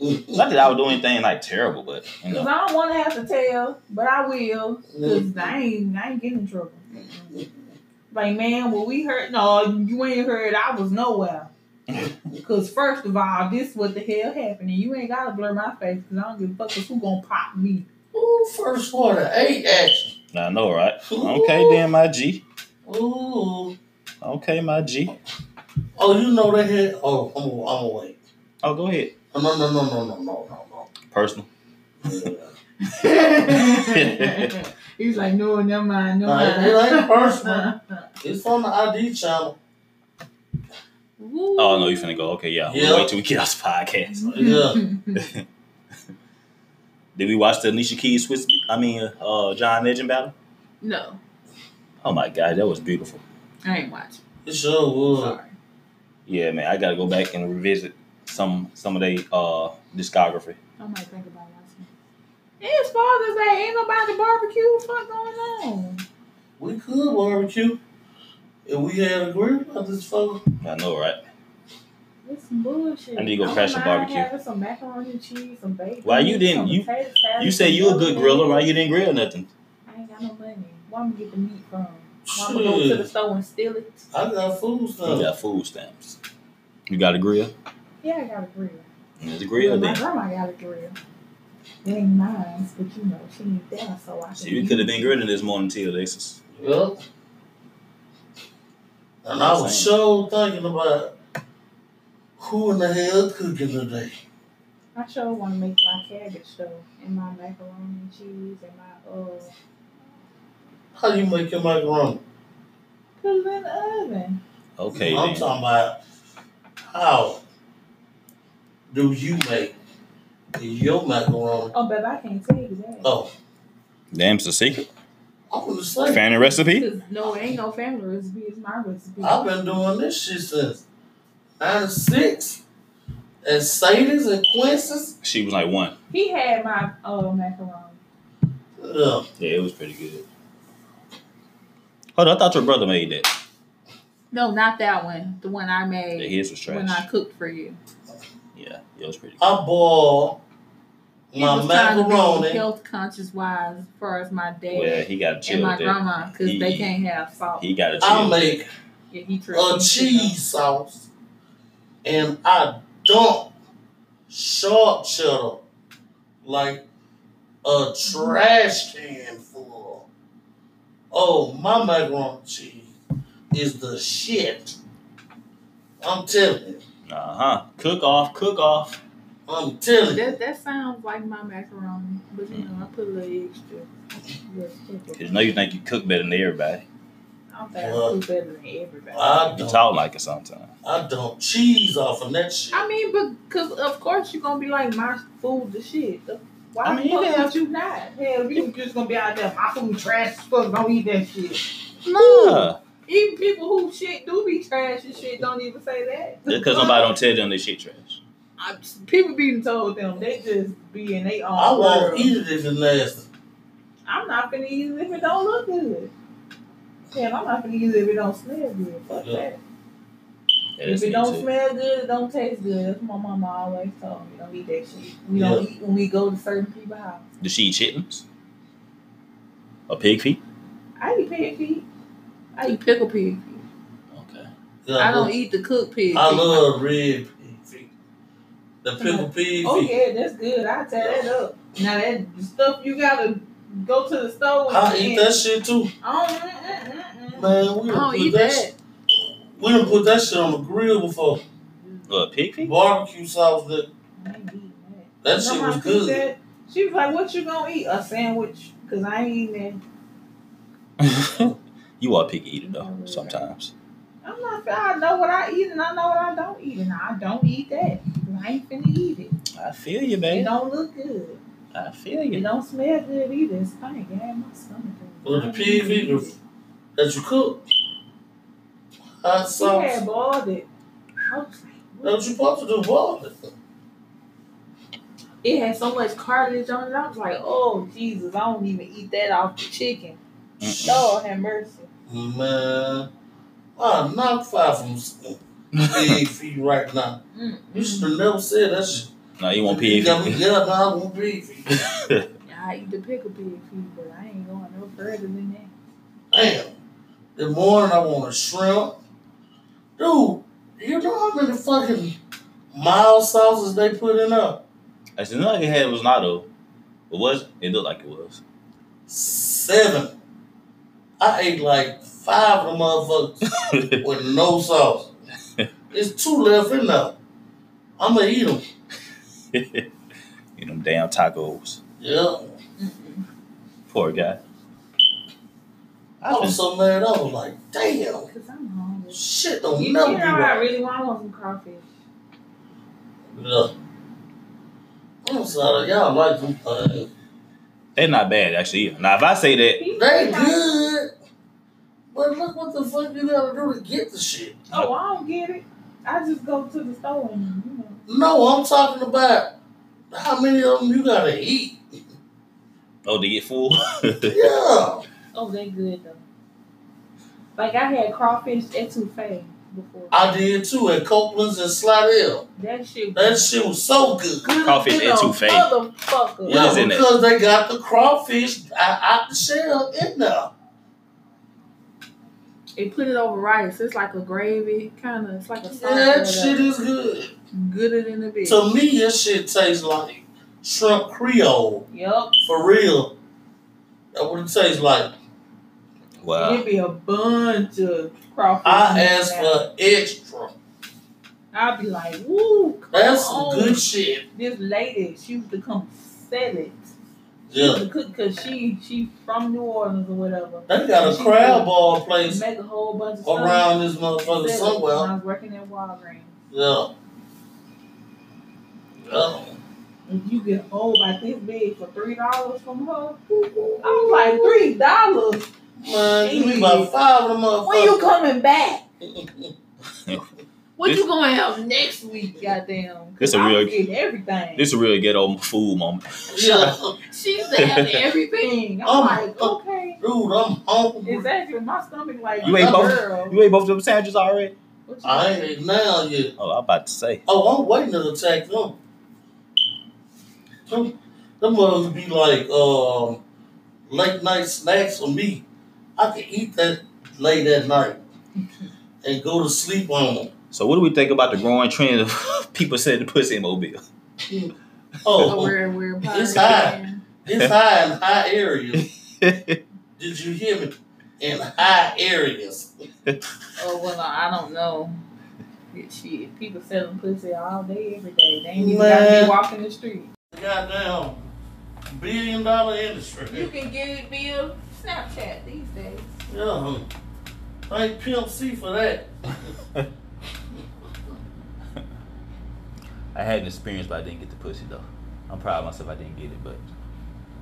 Speaker 1: Not that I would do anything like terrible, but you know.
Speaker 3: Cause
Speaker 1: Mm-hmm.
Speaker 3: I don't want to have to tell, but I will. Cause I ain't, I ain't getting in trouble. Like, man, when we heard, no, you ain't heard. I was nowhere. Cause first of all, this what the hell happened, and you ain't gotta blur my face. Cause I don't give a fuck. Cause who gonna pop me?
Speaker 2: Ooh, first one, an eight action.
Speaker 1: I know, right?
Speaker 2: Ooh.
Speaker 1: Okay, then my G.
Speaker 2: Ooh.
Speaker 1: Okay, my G.
Speaker 2: Oh, you know they had. Oh, I'm, I'm away.
Speaker 1: Oh, go ahead.
Speaker 2: No, no, no, no, no, no, no,
Speaker 1: Personal.
Speaker 2: no.
Speaker 3: He's like, no, never mind, never
Speaker 2: Nah,
Speaker 3: mind. Uh-huh.
Speaker 2: it ain't personal. It's on the ID channel.
Speaker 1: Oh no, you finna go. Okay, yeah.
Speaker 2: Yeah.
Speaker 1: We'll wait till we get off the podcast.
Speaker 2: Yeah.
Speaker 1: Did we watch the Alicia Keys Swiss? I mean, uh, John uh, Legend battle.
Speaker 3: No,
Speaker 1: Oh my God, that was beautiful.
Speaker 3: I ain't watching.
Speaker 2: It sure would.
Speaker 3: Sorry.
Speaker 1: Yeah, man, I gotta go back and revisit some some of their uh discography.
Speaker 3: I might think about watching. it. It's Father's Day. Ain't nobody barbecue. What going on?
Speaker 2: We could barbecue if we had a grill about this fella.
Speaker 1: I know, right?
Speaker 3: It's some bullshit.
Speaker 1: I need to go
Speaker 3: I'm
Speaker 1: crash the
Speaker 3: gonna
Speaker 1: barbecue.
Speaker 3: have Some macaroni and cheese, some bacon.
Speaker 1: Why you didn't-
Speaker 3: some
Speaker 1: you-
Speaker 3: potato
Speaker 1: You
Speaker 3: salad,
Speaker 1: say
Speaker 3: some
Speaker 1: you a good
Speaker 3: yellow
Speaker 1: griller,
Speaker 3: rice.
Speaker 1: right? You didn't grill nothing.
Speaker 3: I ain't got no money. Where I'm gonna get the meat from? Where I'm gonna go to the
Speaker 2: Shit.
Speaker 3: store and steal it.
Speaker 2: I got food
Speaker 1: You
Speaker 2: stuff.
Speaker 1: got food stamps. You got a grill?
Speaker 3: Yeah, I got a grill.
Speaker 1: It's a grill
Speaker 3: My
Speaker 1: then.
Speaker 3: grandma got a grill. It ain't mine, but you know she ain't there, so I.
Speaker 1: See,
Speaker 3: can
Speaker 1: you
Speaker 3: use
Speaker 1: could have been
Speaker 3: it.
Speaker 1: grilling this morning too, Alexis.
Speaker 2: Yep. And I was sure thinking about who in the hell cooking today.
Speaker 3: I sure want to make my cabbage though, and my macaroni and cheese, and my uh,
Speaker 2: How you make your macaroni?
Speaker 3: put it in the oven.
Speaker 1: Okay,
Speaker 2: I'm
Speaker 1: then.
Speaker 2: talking about how do you make your macaroni?
Speaker 3: Oh, baby, I can't tell you that.
Speaker 2: Oh,
Speaker 1: Damn, it's a secret.
Speaker 2: I'm gonna say
Speaker 1: Fanny recipe?
Speaker 3: Cause no, it ain't no family recipe. It's my recipe.
Speaker 2: I've been doing this shit since '96 at Sadie's and Quincy's.
Speaker 1: She was like one.
Speaker 3: He had my uh macaroni.
Speaker 2: Yeah,
Speaker 1: Yeah, it was pretty good. Hold on, I thought your brother made that.
Speaker 3: No, not that one. The one I
Speaker 1: Yeah,
Speaker 3: made
Speaker 1: his was
Speaker 3: when I
Speaker 1: trash.
Speaker 3: cooked for you.
Speaker 1: Yeah, it was pretty good.
Speaker 2: I boil
Speaker 3: He
Speaker 2: my
Speaker 3: was trying to be
Speaker 2: macaroni.
Speaker 3: health conscious wise, as far as my dad
Speaker 1: Well, he got to
Speaker 3: and
Speaker 1: chill
Speaker 3: my
Speaker 1: with that.
Speaker 3: grandma, because
Speaker 1: He-
Speaker 3: they can't have salt.
Speaker 1: He Oh, got to chill.
Speaker 2: I
Speaker 1: with
Speaker 2: make
Speaker 3: yeah, he tripped.
Speaker 2: a cheese sauce, and I dump sharp cheddar like a trash can full. Oh, my macaroni cheese is the shit. I'm telling you.
Speaker 1: that. Uh huh. Cook off, cook off.
Speaker 2: I'm telling you.
Speaker 3: That, that sounds like my macaroni, but you know I put a little extra. Yes,
Speaker 1: Cause you know you think you cook better than everybody.
Speaker 3: I don't think I cook better than everybody.
Speaker 2: I
Speaker 1: You
Speaker 2: dump,
Speaker 1: talk like it sometimes.
Speaker 2: I dump cheese off of that shit.
Speaker 3: I mean, but because of course you're gonna be like my food the shit. The- Why
Speaker 1: I mean,
Speaker 3: the
Speaker 1: you
Speaker 3: fuck
Speaker 1: can-
Speaker 3: would you not? Hell, you just gonna be out there. My food trash as fuck. Don't eat that shit.
Speaker 1: No,
Speaker 3: Even people who shit do be trash and shit don't even say that.
Speaker 1: because nobody don't tell them they shit trash.
Speaker 3: I, people being told them they just be in they own.
Speaker 2: I won't
Speaker 3: world.
Speaker 2: eat it if it's nasty.
Speaker 3: I'm not gonna eat it if it don't look good. Hell, I'm not gonna eat it if it don't smell good. Fuck
Speaker 2: Yeah.
Speaker 3: that.
Speaker 1: Yeah,
Speaker 3: If
Speaker 1: that's
Speaker 3: it
Speaker 1: me
Speaker 3: don't
Speaker 1: too.
Speaker 3: smell good, it don't taste good. That's what my mama always told me. Don't eat that shit. We don't eat when we go to certain people's house.
Speaker 1: Does she eat chitlins? Or pig feet?
Speaker 3: I eat pig feet. I eat pickle pig feet.
Speaker 1: Okay.
Speaker 3: I don't eat the cooked pig
Speaker 2: Uh-huh. I
Speaker 3: feet.
Speaker 2: love red pig feet. The pickled pig feet.
Speaker 3: Oh yeah, that's good. I tear that up. Now that stuff you gotta go to the store.
Speaker 2: I
Speaker 3: and-
Speaker 2: eat that shit too.
Speaker 3: Oh, mm, mm, mm, mm.
Speaker 2: Man, we
Speaker 3: I
Speaker 2: done
Speaker 3: don't
Speaker 2: put
Speaker 3: eat
Speaker 2: that,
Speaker 3: that.
Speaker 2: shit. we done put that shit on the grill before.
Speaker 1: Uh, pig feet?
Speaker 2: Barbecue sauce that
Speaker 3: I ain't eating
Speaker 2: that
Speaker 3: that. My
Speaker 2: shit
Speaker 3: mom
Speaker 2: was
Speaker 3: cooked
Speaker 2: good.
Speaker 3: that. She was like, "What you gonna eat? A sandwich? Cause I ain't eating
Speaker 1: you are a pig eater though. Sometimes.
Speaker 3: that. I'm not. I know what I eat and I know what I don't eat, and I don't eat that. And I ain't finna eat it.
Speaker 1: I feel you,
Speaker 3: It
Speaker 1: man.
Speaker 3: don't look good.
Speaker 1: I feel
Speaker 3: It
Speaker 1: you.
Speaker 3: don't smell good either. It's funny. It had my stomach. hurt.
Speaker 2: Well, the
Speaker 3: I ain't
Speaker 2: pig
Speaker 3: eating
Speaker 2: feet was- That you cook. Hot
Speaker 3: it. She had
Speaker 2: sauce.
Speaker 3: boiled it. I was like,
Speaker 2: That
Speaker 3: what?
Speaker 2: you supposed to do boil it. Uh.
Speaker 3: It had so much cartilage on it. I was like, oh Jesus, I don't even eat that off the chicken. Lord have mercy.
Speaker 2: Man. I knock five from s- pig feet right now.
Speaker 3: Mm,
Speaker 2: You
Speaker 3: mm.
Speaker 2: should have never said that shit.
Speaker 1: No, you want
Speaker 2: You
Speaker 1: pig
Speaker 2: got me-
Speaker 1: feet.
Speaker 2: Yeah, no, I want pig feet.
Speaker 3: I eat the pickle pig feet, but I ain't going no further than that.
Speaker 2: Damn. This morning I want a shrimp. Dude, you know how many fucking mild sauces they put in there?
Speaker 1: I said, no, it had was not though. It was. It looked like it was.
Speaker 2: Seven. I ate like five of them motherfuckers with no sauce. It's two left in there. I'm gonna eat them.
Speaker 1: you know, damn tacos.
Speaker 2: Yeah.
Speaker 1: Poor guy.
Speaker 2: I was so mad. I was like, damn,
Speaker 3: Cause I'm hungry.
Speaker 2: shit don't
Speaker 3: You know
Speaker 2: never be
Speaker 3: what I
Speaker 2: right.
Speaker 3: really want? I want some crawfish.
Speaker 2: Yeah. I'm sorry, y'all like them things.
Speaker 1: They're not bad actually. Either. Now, if I say that,
Speaker 2: They good, But look what the fuck you gotta do to get the shit.
Speaker 3: Oh, I don't get it. I just go to the store and you know.
Speaker 2: No, I'm talking about how many of them you gotta eat.
Speaker 1: Oh, to get full?
Speaker 2: Yeah.
Speaker 3: Oh, they good though. Like I had crawfish etouffee before.
Speaker 2: I did too at Copeland's and Slide Hill.
Speaker 3: That shit.
Speaker 2: That shit was so good.
Speaker 3: good
Speaker 1: Crawfish
Speaker 3: than a
Speaker 1: etouffee.
Speaker 3: Motherfucker.
Speaker 1: What
Speaker 2: Yeah,
Speaker 1: is in it?
Speaker 2: because they got the crawfish out, out the shell in there.
Speaker 3: They put it over rice. It's like a gravy kind of. It's like a sauce. or
Speaker 2: That shit
Speaker 3: whatever.
Speaker 2: is good.
Speaker 3: gooder than the bitch.
Speaker 2: To me, that shit tastes like shrimp Creole.
Speaker 3: Yup.
Speaker 2: For real. That what it tastes like.
Speaker 1: Wow.
Speaker 3: It'd be a bunch of crawfish.
Speaker 2: I
Speaker 3: in
Speaker 2: asked
Speaker 3: that.
Speaker 2: for extra.
Speaker 3: I'd be like, woo, come
Speaker 2: That's some
Speaker 3: on.
Speaker 2: good shit.
Speaker 3: This lady, she used to come sell it. She used
Speaker 2: Yeah.
Speaker 3: to cook because she she from New Orleans or whatever.
Speaker 2: They got a
Speaker 3: She
Speaker 2: crab
Speaker 3: could
Speaker 2: ball place
Speaker 3: Make a whole bunch of stuff.
Speaker 2: around this
Speaker 3: sell
Speaker 2: motherfucker
Speaker 3: it When I
Speaker 2: somewhere.
Speaker 3: was working at Walgreens.
Speaker 2: Yeah. Yeah.
Speaker 3: If you get old by this big for three dollars from her, I was like three dollars.
Speaker 2: Man, you need about five of them
Speaker 3: When you
Speaker 2: motherfuckers.
Speaker 3: coming back? What
Speaker 1: This-
Speaker 3: you going out next week? Goddamn.
Speaker 1: This a
Speaker 3: I was
Speaker 1: real-
Speaker 3: getting everything.
Speaker 1: This is a really good old food moment.
Speaker 2: yeah.
Speaker 3: She's having everything. I'm
Speaker 2: Oh,
Speaker 3: like,
Speaker 2: oh.
Speaker 3: okay.
Speaker 2: Dude, I'm hungry.
Speaker 3: Exactly. My stomach like
Speaker 1: You ate both?
Speaker 3: girl.
Speaker 1: You ate both of them sandwiches already?
Speaker 3: What you
Speaker 2: I
Speaker 3: doing?
Speaker 2: ain't ate now yet.
Speaker 1: Oh, I'm about to say.
Speaker 2: Oh, I'm waiting to attack them. Them, them motherfuckers be like um, late night snacks for me. I can eat that late at night and go to sleep on them.
Speaker 1: So, what do we think about the growing trend of people selling pussy in Mobile?
Speaker 3: Oh,
Speaker 2: Oh,
Speaker 3: we're we're
Speaker 2: It's
Speaker 3: probably-
Speaker 2: it's high in high areas.
Speaker 1: That's
Speaker 2: Did you hear me? In high areas.
Speaker 3: Oh well, I don't know. Shit, Shit, people selling pussy all day, every day. They ain't even gotta
Speaker 2: Man.
Speaker 3: be walking the street.
Speaker 2: Goddamn billion dollar
Speaker 5: You
Speaker 2: industry.
Speaker 5: can get it via Snapchat these days.
Speaker 2: Yeah. Thank Pimp C for that.
Speaker 1: I had an experience, but I didn't get the pussy though. I'm proud of myself. I didn't get it, but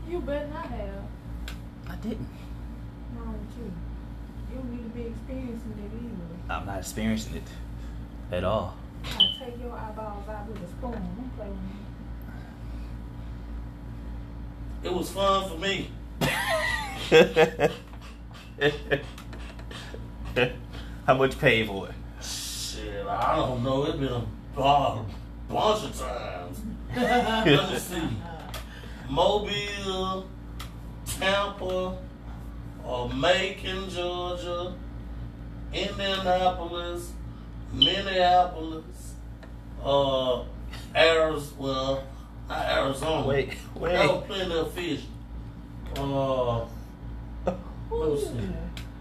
Speaker 5: You better not have.
Speaker 1: I didn't.
Speaker 5: No, too. You don't need to be experiencing it
Speaker 1: I'm not experiencing it at all.
Speaker 5: either. I take your eyeballs out with a spoon. Don't play with me.
Speaker 2: It was fun for me.
Speaker 1: How much pay for it?
Speaker 2: Shit, I don't know. It's been a bar- bunch of times. Let me see. Mobile, Tampa, or Macon, Georgia, Indianapolis, Minneapolis, uh, Arizona, well, not Arizona.
Speaker 1: Wait,
Speaker 2: That was
Speaker 1: wait.
Speaker 2: plenty of fish. Uh, let me see.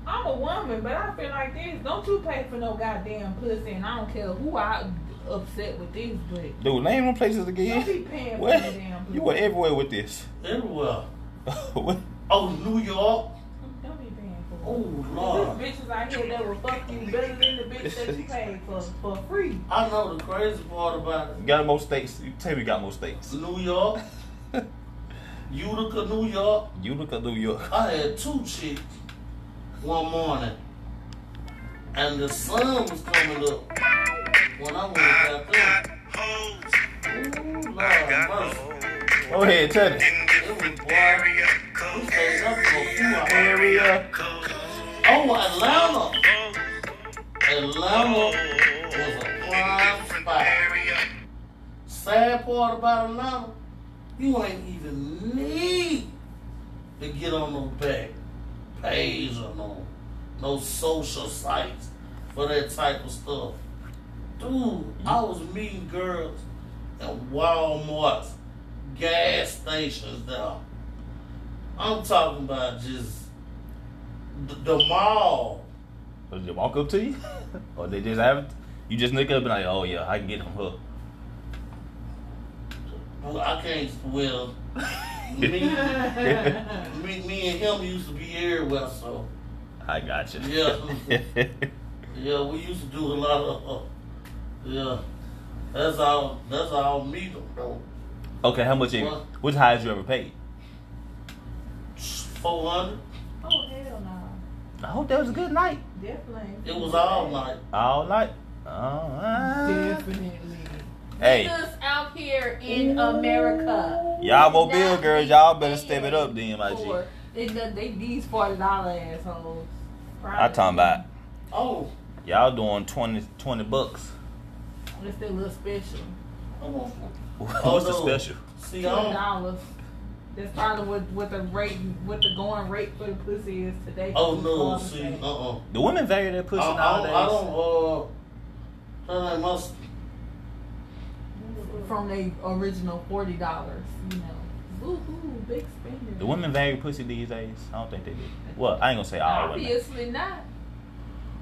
Speaker 5: I'm a woman, but I feel like this. Don't you pay for no goddamn pussy, and I don't care who I upset with this, but
Speaker 1: Dude, name them places
Speaker 5: don't
Speaker 1: again.
Speaker 5: be paying
Speaker 1: What?
Speaker 5: for no damn pussy.
Speaker 1: You went everywhere with this.
Speaker 2: everywhere.
Speaker 1: what?
Speaker 2: Oh, New York.
Speaker 5: Don't be paying for it.
Speaker 2: Oh, Lord.
Speaker 5: There's bitches out here that will fuck you better than the bitch that you paid for for free.
Speaker 2: I know the crazy part about it.
Speaker 1: Got more states. You tell me you got more states.
Speaker 2: New York, Utica, New York.
Speaker 1: You look at New York.
Speaker 2: I had two chicks one morning, and the sun was coming up when I went out there. Ooh, Lord, mercy.
Speaker 1: Go ahead, tell me.
Speaker 2: It was boy. We stayed up for a few hours.
Speaker 1: Area.
Speaker 2: Oh, Atlanta. Atlanta was a prime spot. Sad part about Atlanta, you ain't even need to get on no back page or no, no social sites for that type of stuff. Dude, I was meeting girls at Walmart's, gas stations there. I'm talking about just the, the mall.
Speaker 1: Did they walk up to you? Or they just have You just look up and like, oh yeah, I can get them hooked.
Speaker 2: Well, I can't. Well, me, me, me and him used to be everywhere, so
Speaker 1: I got you.
Speaker 2: Yeah. yeah, we used to do a lot of. Uh, yeah, that's how that's how I meet him though.
Speaker 1: okay, how much? You,
Speaker 2: What?
Speaker 1: which highest you ever paid?
Speaker 2: Four hundred.
Speaker 5: Oh hell no.
Speaker 1: I hope that was a good night.
Speaker 5: Definitely.
Speaker 2: It was all night.
Speaker 1: All night. All right.
Speaker 5: Definitely.
Speaker 1: Hey,
Speaker 5: Us out here in America.
Speaker 1: y'all mobile girls, y'all better step it up then, my G.
Speaker 5: For, they, they these forty dollar assholes.
Speaker 1: I talking about
Speaker 2: Oh,
Speaker 1: y'all doing 20, 20 bucks.
Speaker 5: It's their little special.
Speaker 2: come on.
Speaker 1: What's the
Speaker 2: Oh, no.
Speaker 1: special?
Speaker 2: See, I
Speaker 5: Twenty
Speaker 2: don't.
Speaker 5: dollars. That's probably what, what the rate, what the going rate for the pussy is today.
Speaker 2: Oh no,
Speaker 5: Um,
Speaker 2: see, uh uh
Speaker 1: Do women value their
Speaker 2: I,
Speaker 1: pussy
Speaker 2: I,
Speaker 1: nowadays?
Speaker 2: don't- I don't, uh, that ain't my,
Speaker 5: From the original forty dollars, you know. Woohoo, big spender.
Speaker 1: Do women value pussy these days? I don't think they do. Well, I ain't gonna say all women.
Speaker 5: Obviously not.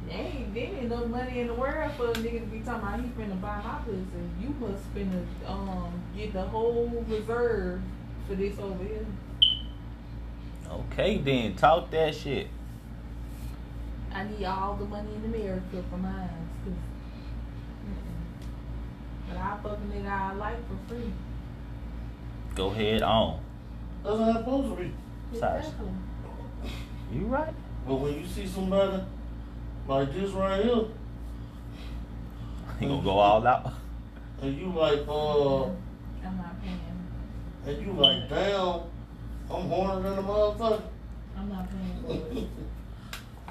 Speaker 5: Dang, there ain't no money in the world for a nigga to be talking about he finna buy my pussy. You must finna um get the whole reserve for this over here.
Speaker 1: Okay, then talk that shit.
Speaker 5: I need all the money in America for mine. 'cause- Mm-mm. But I fucking nigga I like for free.
Speaker 1: Go head on.
Speaker 2: that's not supposed to be.
Speaker 1: Size.
Speaker 5: Exactly.
Speaker 1: You right?
Speaker 2: But when you see somebody like this right here,
Speaker 1: You gonna go all out?
Speaker 2: and you like, uh,
Speaker 5: I'm not paying.
Speaker 2: and you like, damn, I'm horny than a motherfucker.
Speaker 5: I'm not paying for it.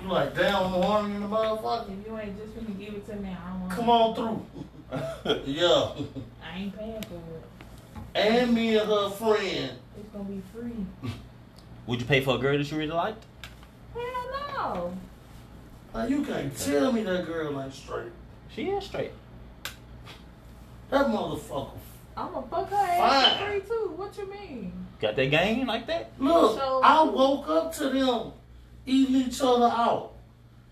Speaker 2: you like, damn, I'm horny than a motherfucker.
Speaker 5: if you ain't just finna give it to me, I don't want
Speaker 2: Come
Speaker 5: it.
Speaker 2: on through. yeah.
Speaker 5: I ain't paying for it.
Speaker 2: And me and her friend.
Speaker 5: It's gonna be free.
Speaker 1: Would you pay for a girl that you really liked?
Speaker 5: Hell no.
Speaker 2: Now you can't tell me that girl ain't straight.
Speaker 1: She is straight.
Speaker 2: That motherfucker.
Speaker 5: I'm gonna fuck her ass for
Speaker 2: Fine.
Speaker 5: free too. What you mean?
Speaker 1: Got that game like that?
Speaker 2: Look,
Speaker 5: So-
Speaker 2: I woke up to them eating each other out.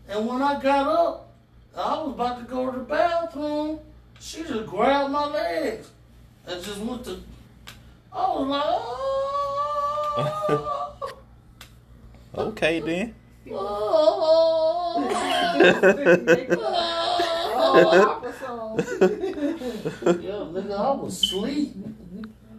Speaker 2: And when I got up, I was about to go to the bathroom. She just grabbed my legs and just went to. I was like, oh.
Speaker 1: Okay then.
Speaker 5: Oh,
Speaker 2: Yeah, nigga, I was asleep.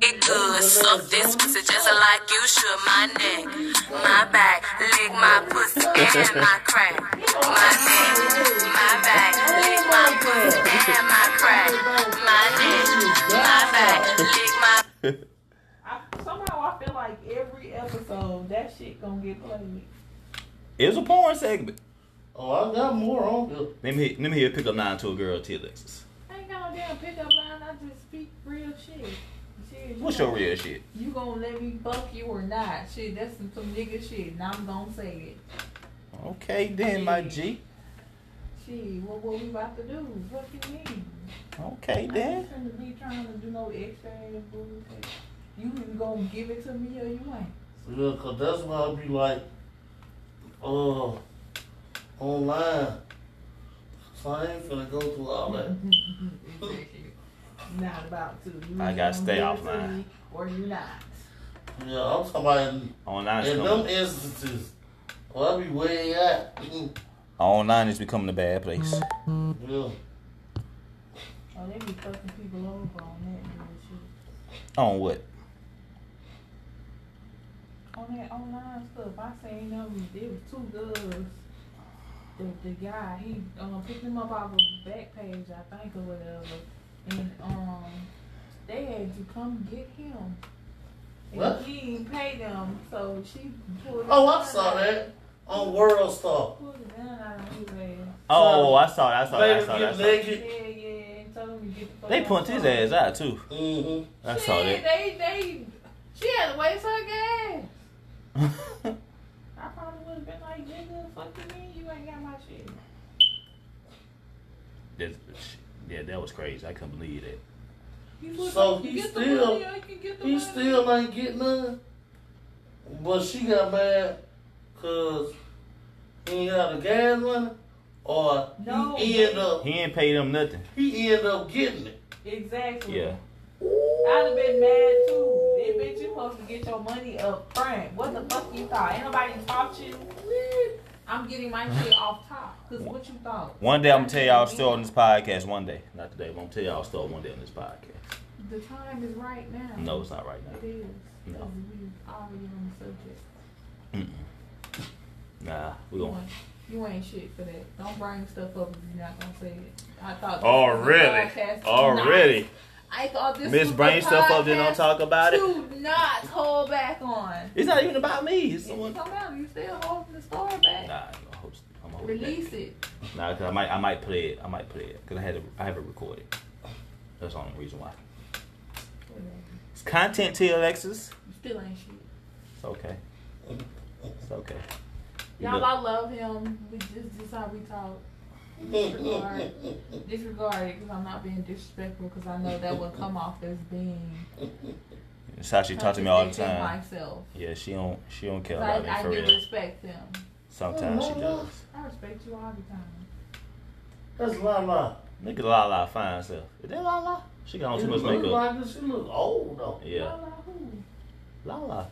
Speaker 4: It good, suck this pussy just like you should. My neck, my back, lick my pussy and my crack. My neck, my back, lick my pussy and my crack. My neck, my back, lick my.
Speaker 5: I, somehow I feel like every episode that shit gonna get played.
Speaker 1: It was a porn segment.
Speaker 2: Oh, I got more on here.
Speaker 1: Let me let me hear pick up nine to a girl T Lexus.
Speaker 5: I ain't got no damn pickup line. I just speak real shit. Shit, you
Speaker 1: What's your
Speaker 5: gonna-
Speaker 1: real shit?
Speaker 5: You gonna let me fuck you or not? Shit, that's some, some nigga shit, and I'm gonna say it.
Speaker 1: Okay then, my G.
Speaker 5: Shit, what what we about to do? What you mean?
Speaker 1: Okay
Speaker 5: I
Speaker 1: then.
Speaker 5: ain't finna be trying to do no extra ass bullshit. You either gonna give it to me or you ain't.
Speaker 2: Yeah, cause that's why I be like, uh, online. So I ain't finna go through all that.
Speaker 5: Not about to. You
Speaker 1: I
Speaker 5: either
Speaker 1: gotta
Speaker 5: gonna
Speaker 1: stay
Speaker 5: give it
Speaker 1: offline.
Speaker 5: to me Or you not.
Speaker 2: Yeah, I'm talking about in,
Speaker 1: Online is
Speaker 2: in them
Speaker 1: becoming,
Speaker 2: instances. Well, I be way at. Mm,
Speaker 1: online is becoming a bad place.
Speaker 2: Yeah.
Speaker 5: Oh, they be fucking people over on that bullshit.
Speaker 1: On what?
Speaker 5: On that online stuff, I seen them. There was two girls. The, the guy, he um, picked them up off a back page, I think, or whatever. And um, they had to come get him. And
Speaker 2: What?
Speaker 5: he didn't pay them, so she pulled.
Speaker 2: Oh,
Speaker 5: the
Speaker 2: I
Speaker 5: gun
Speaker 2: saw
Speaker 5: out-
Speaker 2: that on World Star.
Speaker 5: Pulled the gun out on his ass.
Speaker 1: Oh, I saw that. I saw that. I
Speaker 2: Baby
Speaker 1: saw that. I saw
Speaker 2: get
Speaker 1: that.
Speaker 2: naked.
Speaker 5: Yeah, yeah, and told him to get the fuck
Speaker 1: They
Speaker 5: out
Speaker 1: punched
Speaker 5: the
Speaker 1: his
Speaker 5: car.
Speaker 1: ass out too.
Speaker 2: Mm-hmm.
Speaker 1: I saw that.
Speaker 5: Shit, They, they, she had to waste her gas. I probably would have been like, nigga, fuck you mean you ain't got my shit.
Speaker 1: That's- yeah, that was crazy. I couldn't believe that.
Speaker 5: You look
Speaker 2: So
Speaker 5: like you
Speaker 2: he
Speaker 5: get
Speaker 2: still-
Speaker 5: the money, I can get the
Speaker 2: He
Speaker 5: money.
Speaker 2: still ain't getting none. But she got mad because he ain't got the gas money or
Speaker 5: No.
Speaker 2: he end up
Speaker 1: He ain't paid them nothing.
Speaker 2: he end up getting it.
Speaker 5: Exactly.
Speaker 1: Yeah.
Speaker 5: I'd have been mad too. Hey, bitch, you supposed to get your money up front. What the fuck you thought? Ain't nobody taught you. I'm getting my shit off top. Cause what you thought?
Speaker 1: One day I'm gonna tell y'all a story on this podcast. One day, not today, but I'm gonna tell y'all a story one day on this podcast.
Speaker 5: The time is right now.
Speaker 1: No, it's not right
Speaker 5: It
Speaker 1: now.
Speaker 5: is.
Speaker 1: No.
Speaker 5: Cause we already on the subject.
Speaker 1: Nah, we gonna
Speaker 5: You ain't shit for that. Don't bring stuff up if you're not gonna say it. I thought. this
Speaker 1: Already.
Speaker 5: was a podcast.
Speaker 1: Already.
Speaker 5: I thought this
Speaker 1: Miss
Speaker 5: was
Speaker 1: Brain
Speaker 5: a
Speaker 1: stuff up, then don't
Speaker 5: podcast
Speaker 1: talk about it.
Speaker 5: To not hold back on.
Speaker 1: It's not even about me. It's
Speaker 5: If you
Speaker 1: someone.
Speaker 5: come out, you still holding the story back.
Speaker 1: Nah, I'm host- I'm holding back.
Speaker 5: Release it.
Speaker 1: Nah, cause I might, I might play it. I might play it because I had, it, I have it recorded. That's the only reason why. It's content to Alexis.
Speaker 5: You still ain't shit.
Speaker 1: It's okay. It's okay. You
Speaker 5: Y'all,
Speaker 1: look-
Speaker 5: I love him. We just this is how we talk. Disregard, disregard it because I'm not being disrespectful because I know that would come off as being.
Speaker 1: It's how she talks to me all the
Speaker 5: contradicting
Speaker 1: time.
Speaker 5: Myself.
Speaker 1: Yeah, she don't, she don't care
Speaker 5: 'Cause
Speaker 1: about
Speaker 5: I,
Speaker 1: me
Speaker 5: I Oh,
Speaker 1: for
Speaker 5: do
Speaker 1: real.
Speaker 5: respect him.
Speaker 1: Sometimes she does.
Speaker 5: I respect you all the time.
Speaker 2: That's Lala.
Speaker 1: Look at Lala fine herself. Is that Lala? She got on
Speaker 2: She
Speaker 1: too much
Speaker 2: look
Speaker 1: makeup.
Speaker 2: like this. She look old though.
Speaker 1: Yeah,
Speaker 5: Lala who?
Speaker 1: Lala.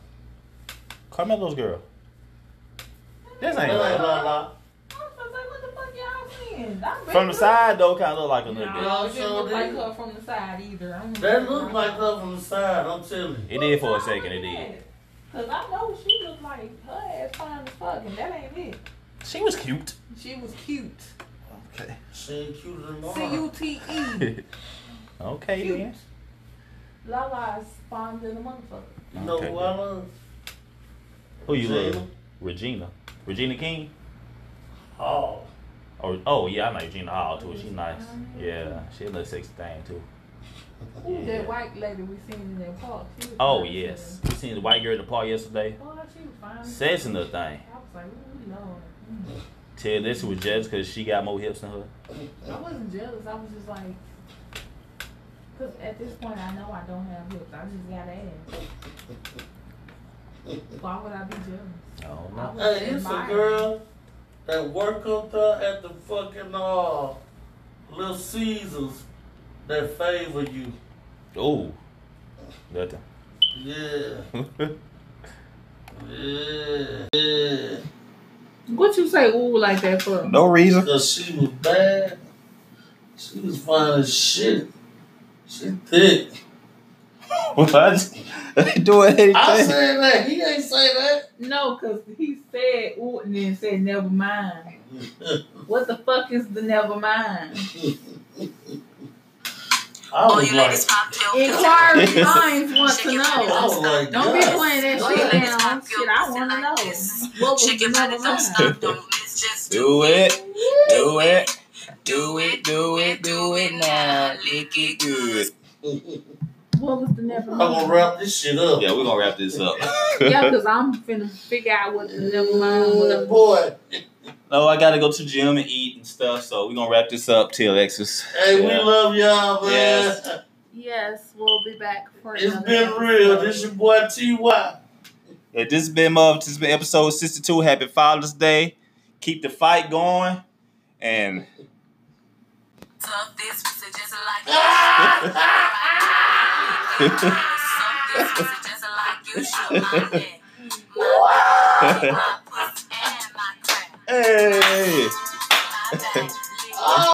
Speaker 1: Carmelo's girl. This
Speaker 2: That
Speaker 1: ain't
Speaker 2: ain't
Speaker 1: Lala.
Speaker 2: Lala.
Speaker 5: I was gonna say, what the fuck y'all seeing? I bet
Speaker 1: From the
Speaker 5: you-
Speaker 1: side though, kind of look like a little bit.
Speaker 5: No,
Speaker 2: Y'all
Speaker 5: it didn't
Speaker 2: sure
Speaker 5: look like
Speaker 2: did.
Speaker 5: her from the side either. I'm gonna-
Speaker 2: That look like her from the side. I'm telling you.
Speaker 1: It did for a second. It did.
Speaker 5: Cause I know she looked like her ass fine as fuck, and that ain't it.
Speaker 1: She was cute.
Speaker 5: She was cute.
Speaker 1: Okay.
Speaker 2: She ain't cute anymore.
Speaker 5: C U T E.
Speaker 1: okay
Speaker 5: Cute.
Speaker 1: then.
Speaker 5: Lala's fine than a motherfucker.
Speaker 2: You know
Speaker 1: Okay,
Speaker 2: who
Speaker 1: then.
Speaker 2: I love?
Speaker 1: Who you love?
Speaker 2: Regina.
Speaker 1: Regina. Regina King.
Speaker 2: Hall.
Speaker 1: Oh, oh yeah, I know Regina Hall too. She's nice. Yeah, she a little sexy thing too.
Speaker 5: Ooh,
Speaker 1: Yeah.
Speaker 5: that white lady we seen in that park. She was
Speaker 1: Oh
Speaker 5: fine, too.
Speaker 1: yes, we seen the white girl in the park yesterday.
Speaker 5: Boy, she was fine.
Speaker 1: Says in the thing.
Speaker 5: I was like, ooh, Lord.
Speaker 1: Tell this was jealous because she got more hips than her.
Speaker 5: I wasn't jealous. I was just like, because at this point, I know I don't have hips. I just got ass. Why would I be jealous?
Speaker 1: I don't
Speaker 5: I
Speaker 1: know.
Speaker 5: was
Speaker 2: Hey, it's a
Speaker 5: admiring.
Speaker 2: girl that work up there at the fucking uh, Little Caesars that favor you.
Speaker 1: Oh, nothing.
Speaker 2: Yeah, yeah, yeah.
Speaker 3: What you say ooh like that for?
Speaker 7: No reason.
Speaker 2: Cause she was bad. She was fine as shit. She thick.
Speaker 7: What? doing anything?
Speaker 2: I said that. He ain't say that.
Speaker 3: No, cause he said ooh and then said never mind. What the fuck is the never mind?
Speaker 2: I
Speaker 3: Oh,
Speaker 4: All
Speaker 2: was
Speaker 4: you
Speaker 2: like,
Speaker 4: ladies pop your
Speaker 3: Inquiring minds want to
Speaker 2: I
Speaker 3: know.
Speaker 2: was like,
Speaker 3: Don't be
Speaker 2: yes.
Speaker 3: playing that
Speaker 4: All you
Speaker 3: shit
Speaker 4: ladies
Speaker 3: down.
Speaker 4: pop your
Speaker 3: Shit, I
Speaker 4: pussy
Speaker 3: want to
Speaker 4: like
Speaker 3: know.
Speaker 4: this.
Speaker 3: What was
Speaker 4: Shake
Speaker 3: the
Speaker 4: your body,
Speaker 3: never
Speaker 4: don't
Speaker 3: mind?
Speaker 4: stop, don't miss, just
Speaker 8: Do it. Do it.
Speaker 4: Do it, do it, do it now. Lick it good.
Speaker 3: What was the never
Speaker 5: Oh,
Speaker 2: I'm
Speaker 3: mind?
Speaker 2: gonna wrap this shit up.
Speaker 8: Yeah, we're gonna wrap this up.
Speaker 3: Yeah, because I'm finna figure out what the never mind was.
Speaker 2: boy.
Speaker 8: No, I gotta go to the gym and eat and stuff, so we're gonna wrap this up till Lexus.
Speaker 2: Hey,
Speaker 8: Yeah.
Speaker 2: we love y'all, man.
Speaker 8: Yes.
Speaker 3: Yes, we'll be back for
Speaker 2: It's
Speaker 3: another
Speaker 2: been real.
Speaker 3: episode.
Speaker 2: This your boy T.Y.
Speaker 8: Yeah, this has been Muff. This has been episode 62. Happy Father's Day. Keep the fight going. And
Speaker 4: Suck this pussy just like Suck this pussy just like you should. My neck, my body, my pussy, and my crack.
Speaker 8: hey!
Speaker 4: My back, lick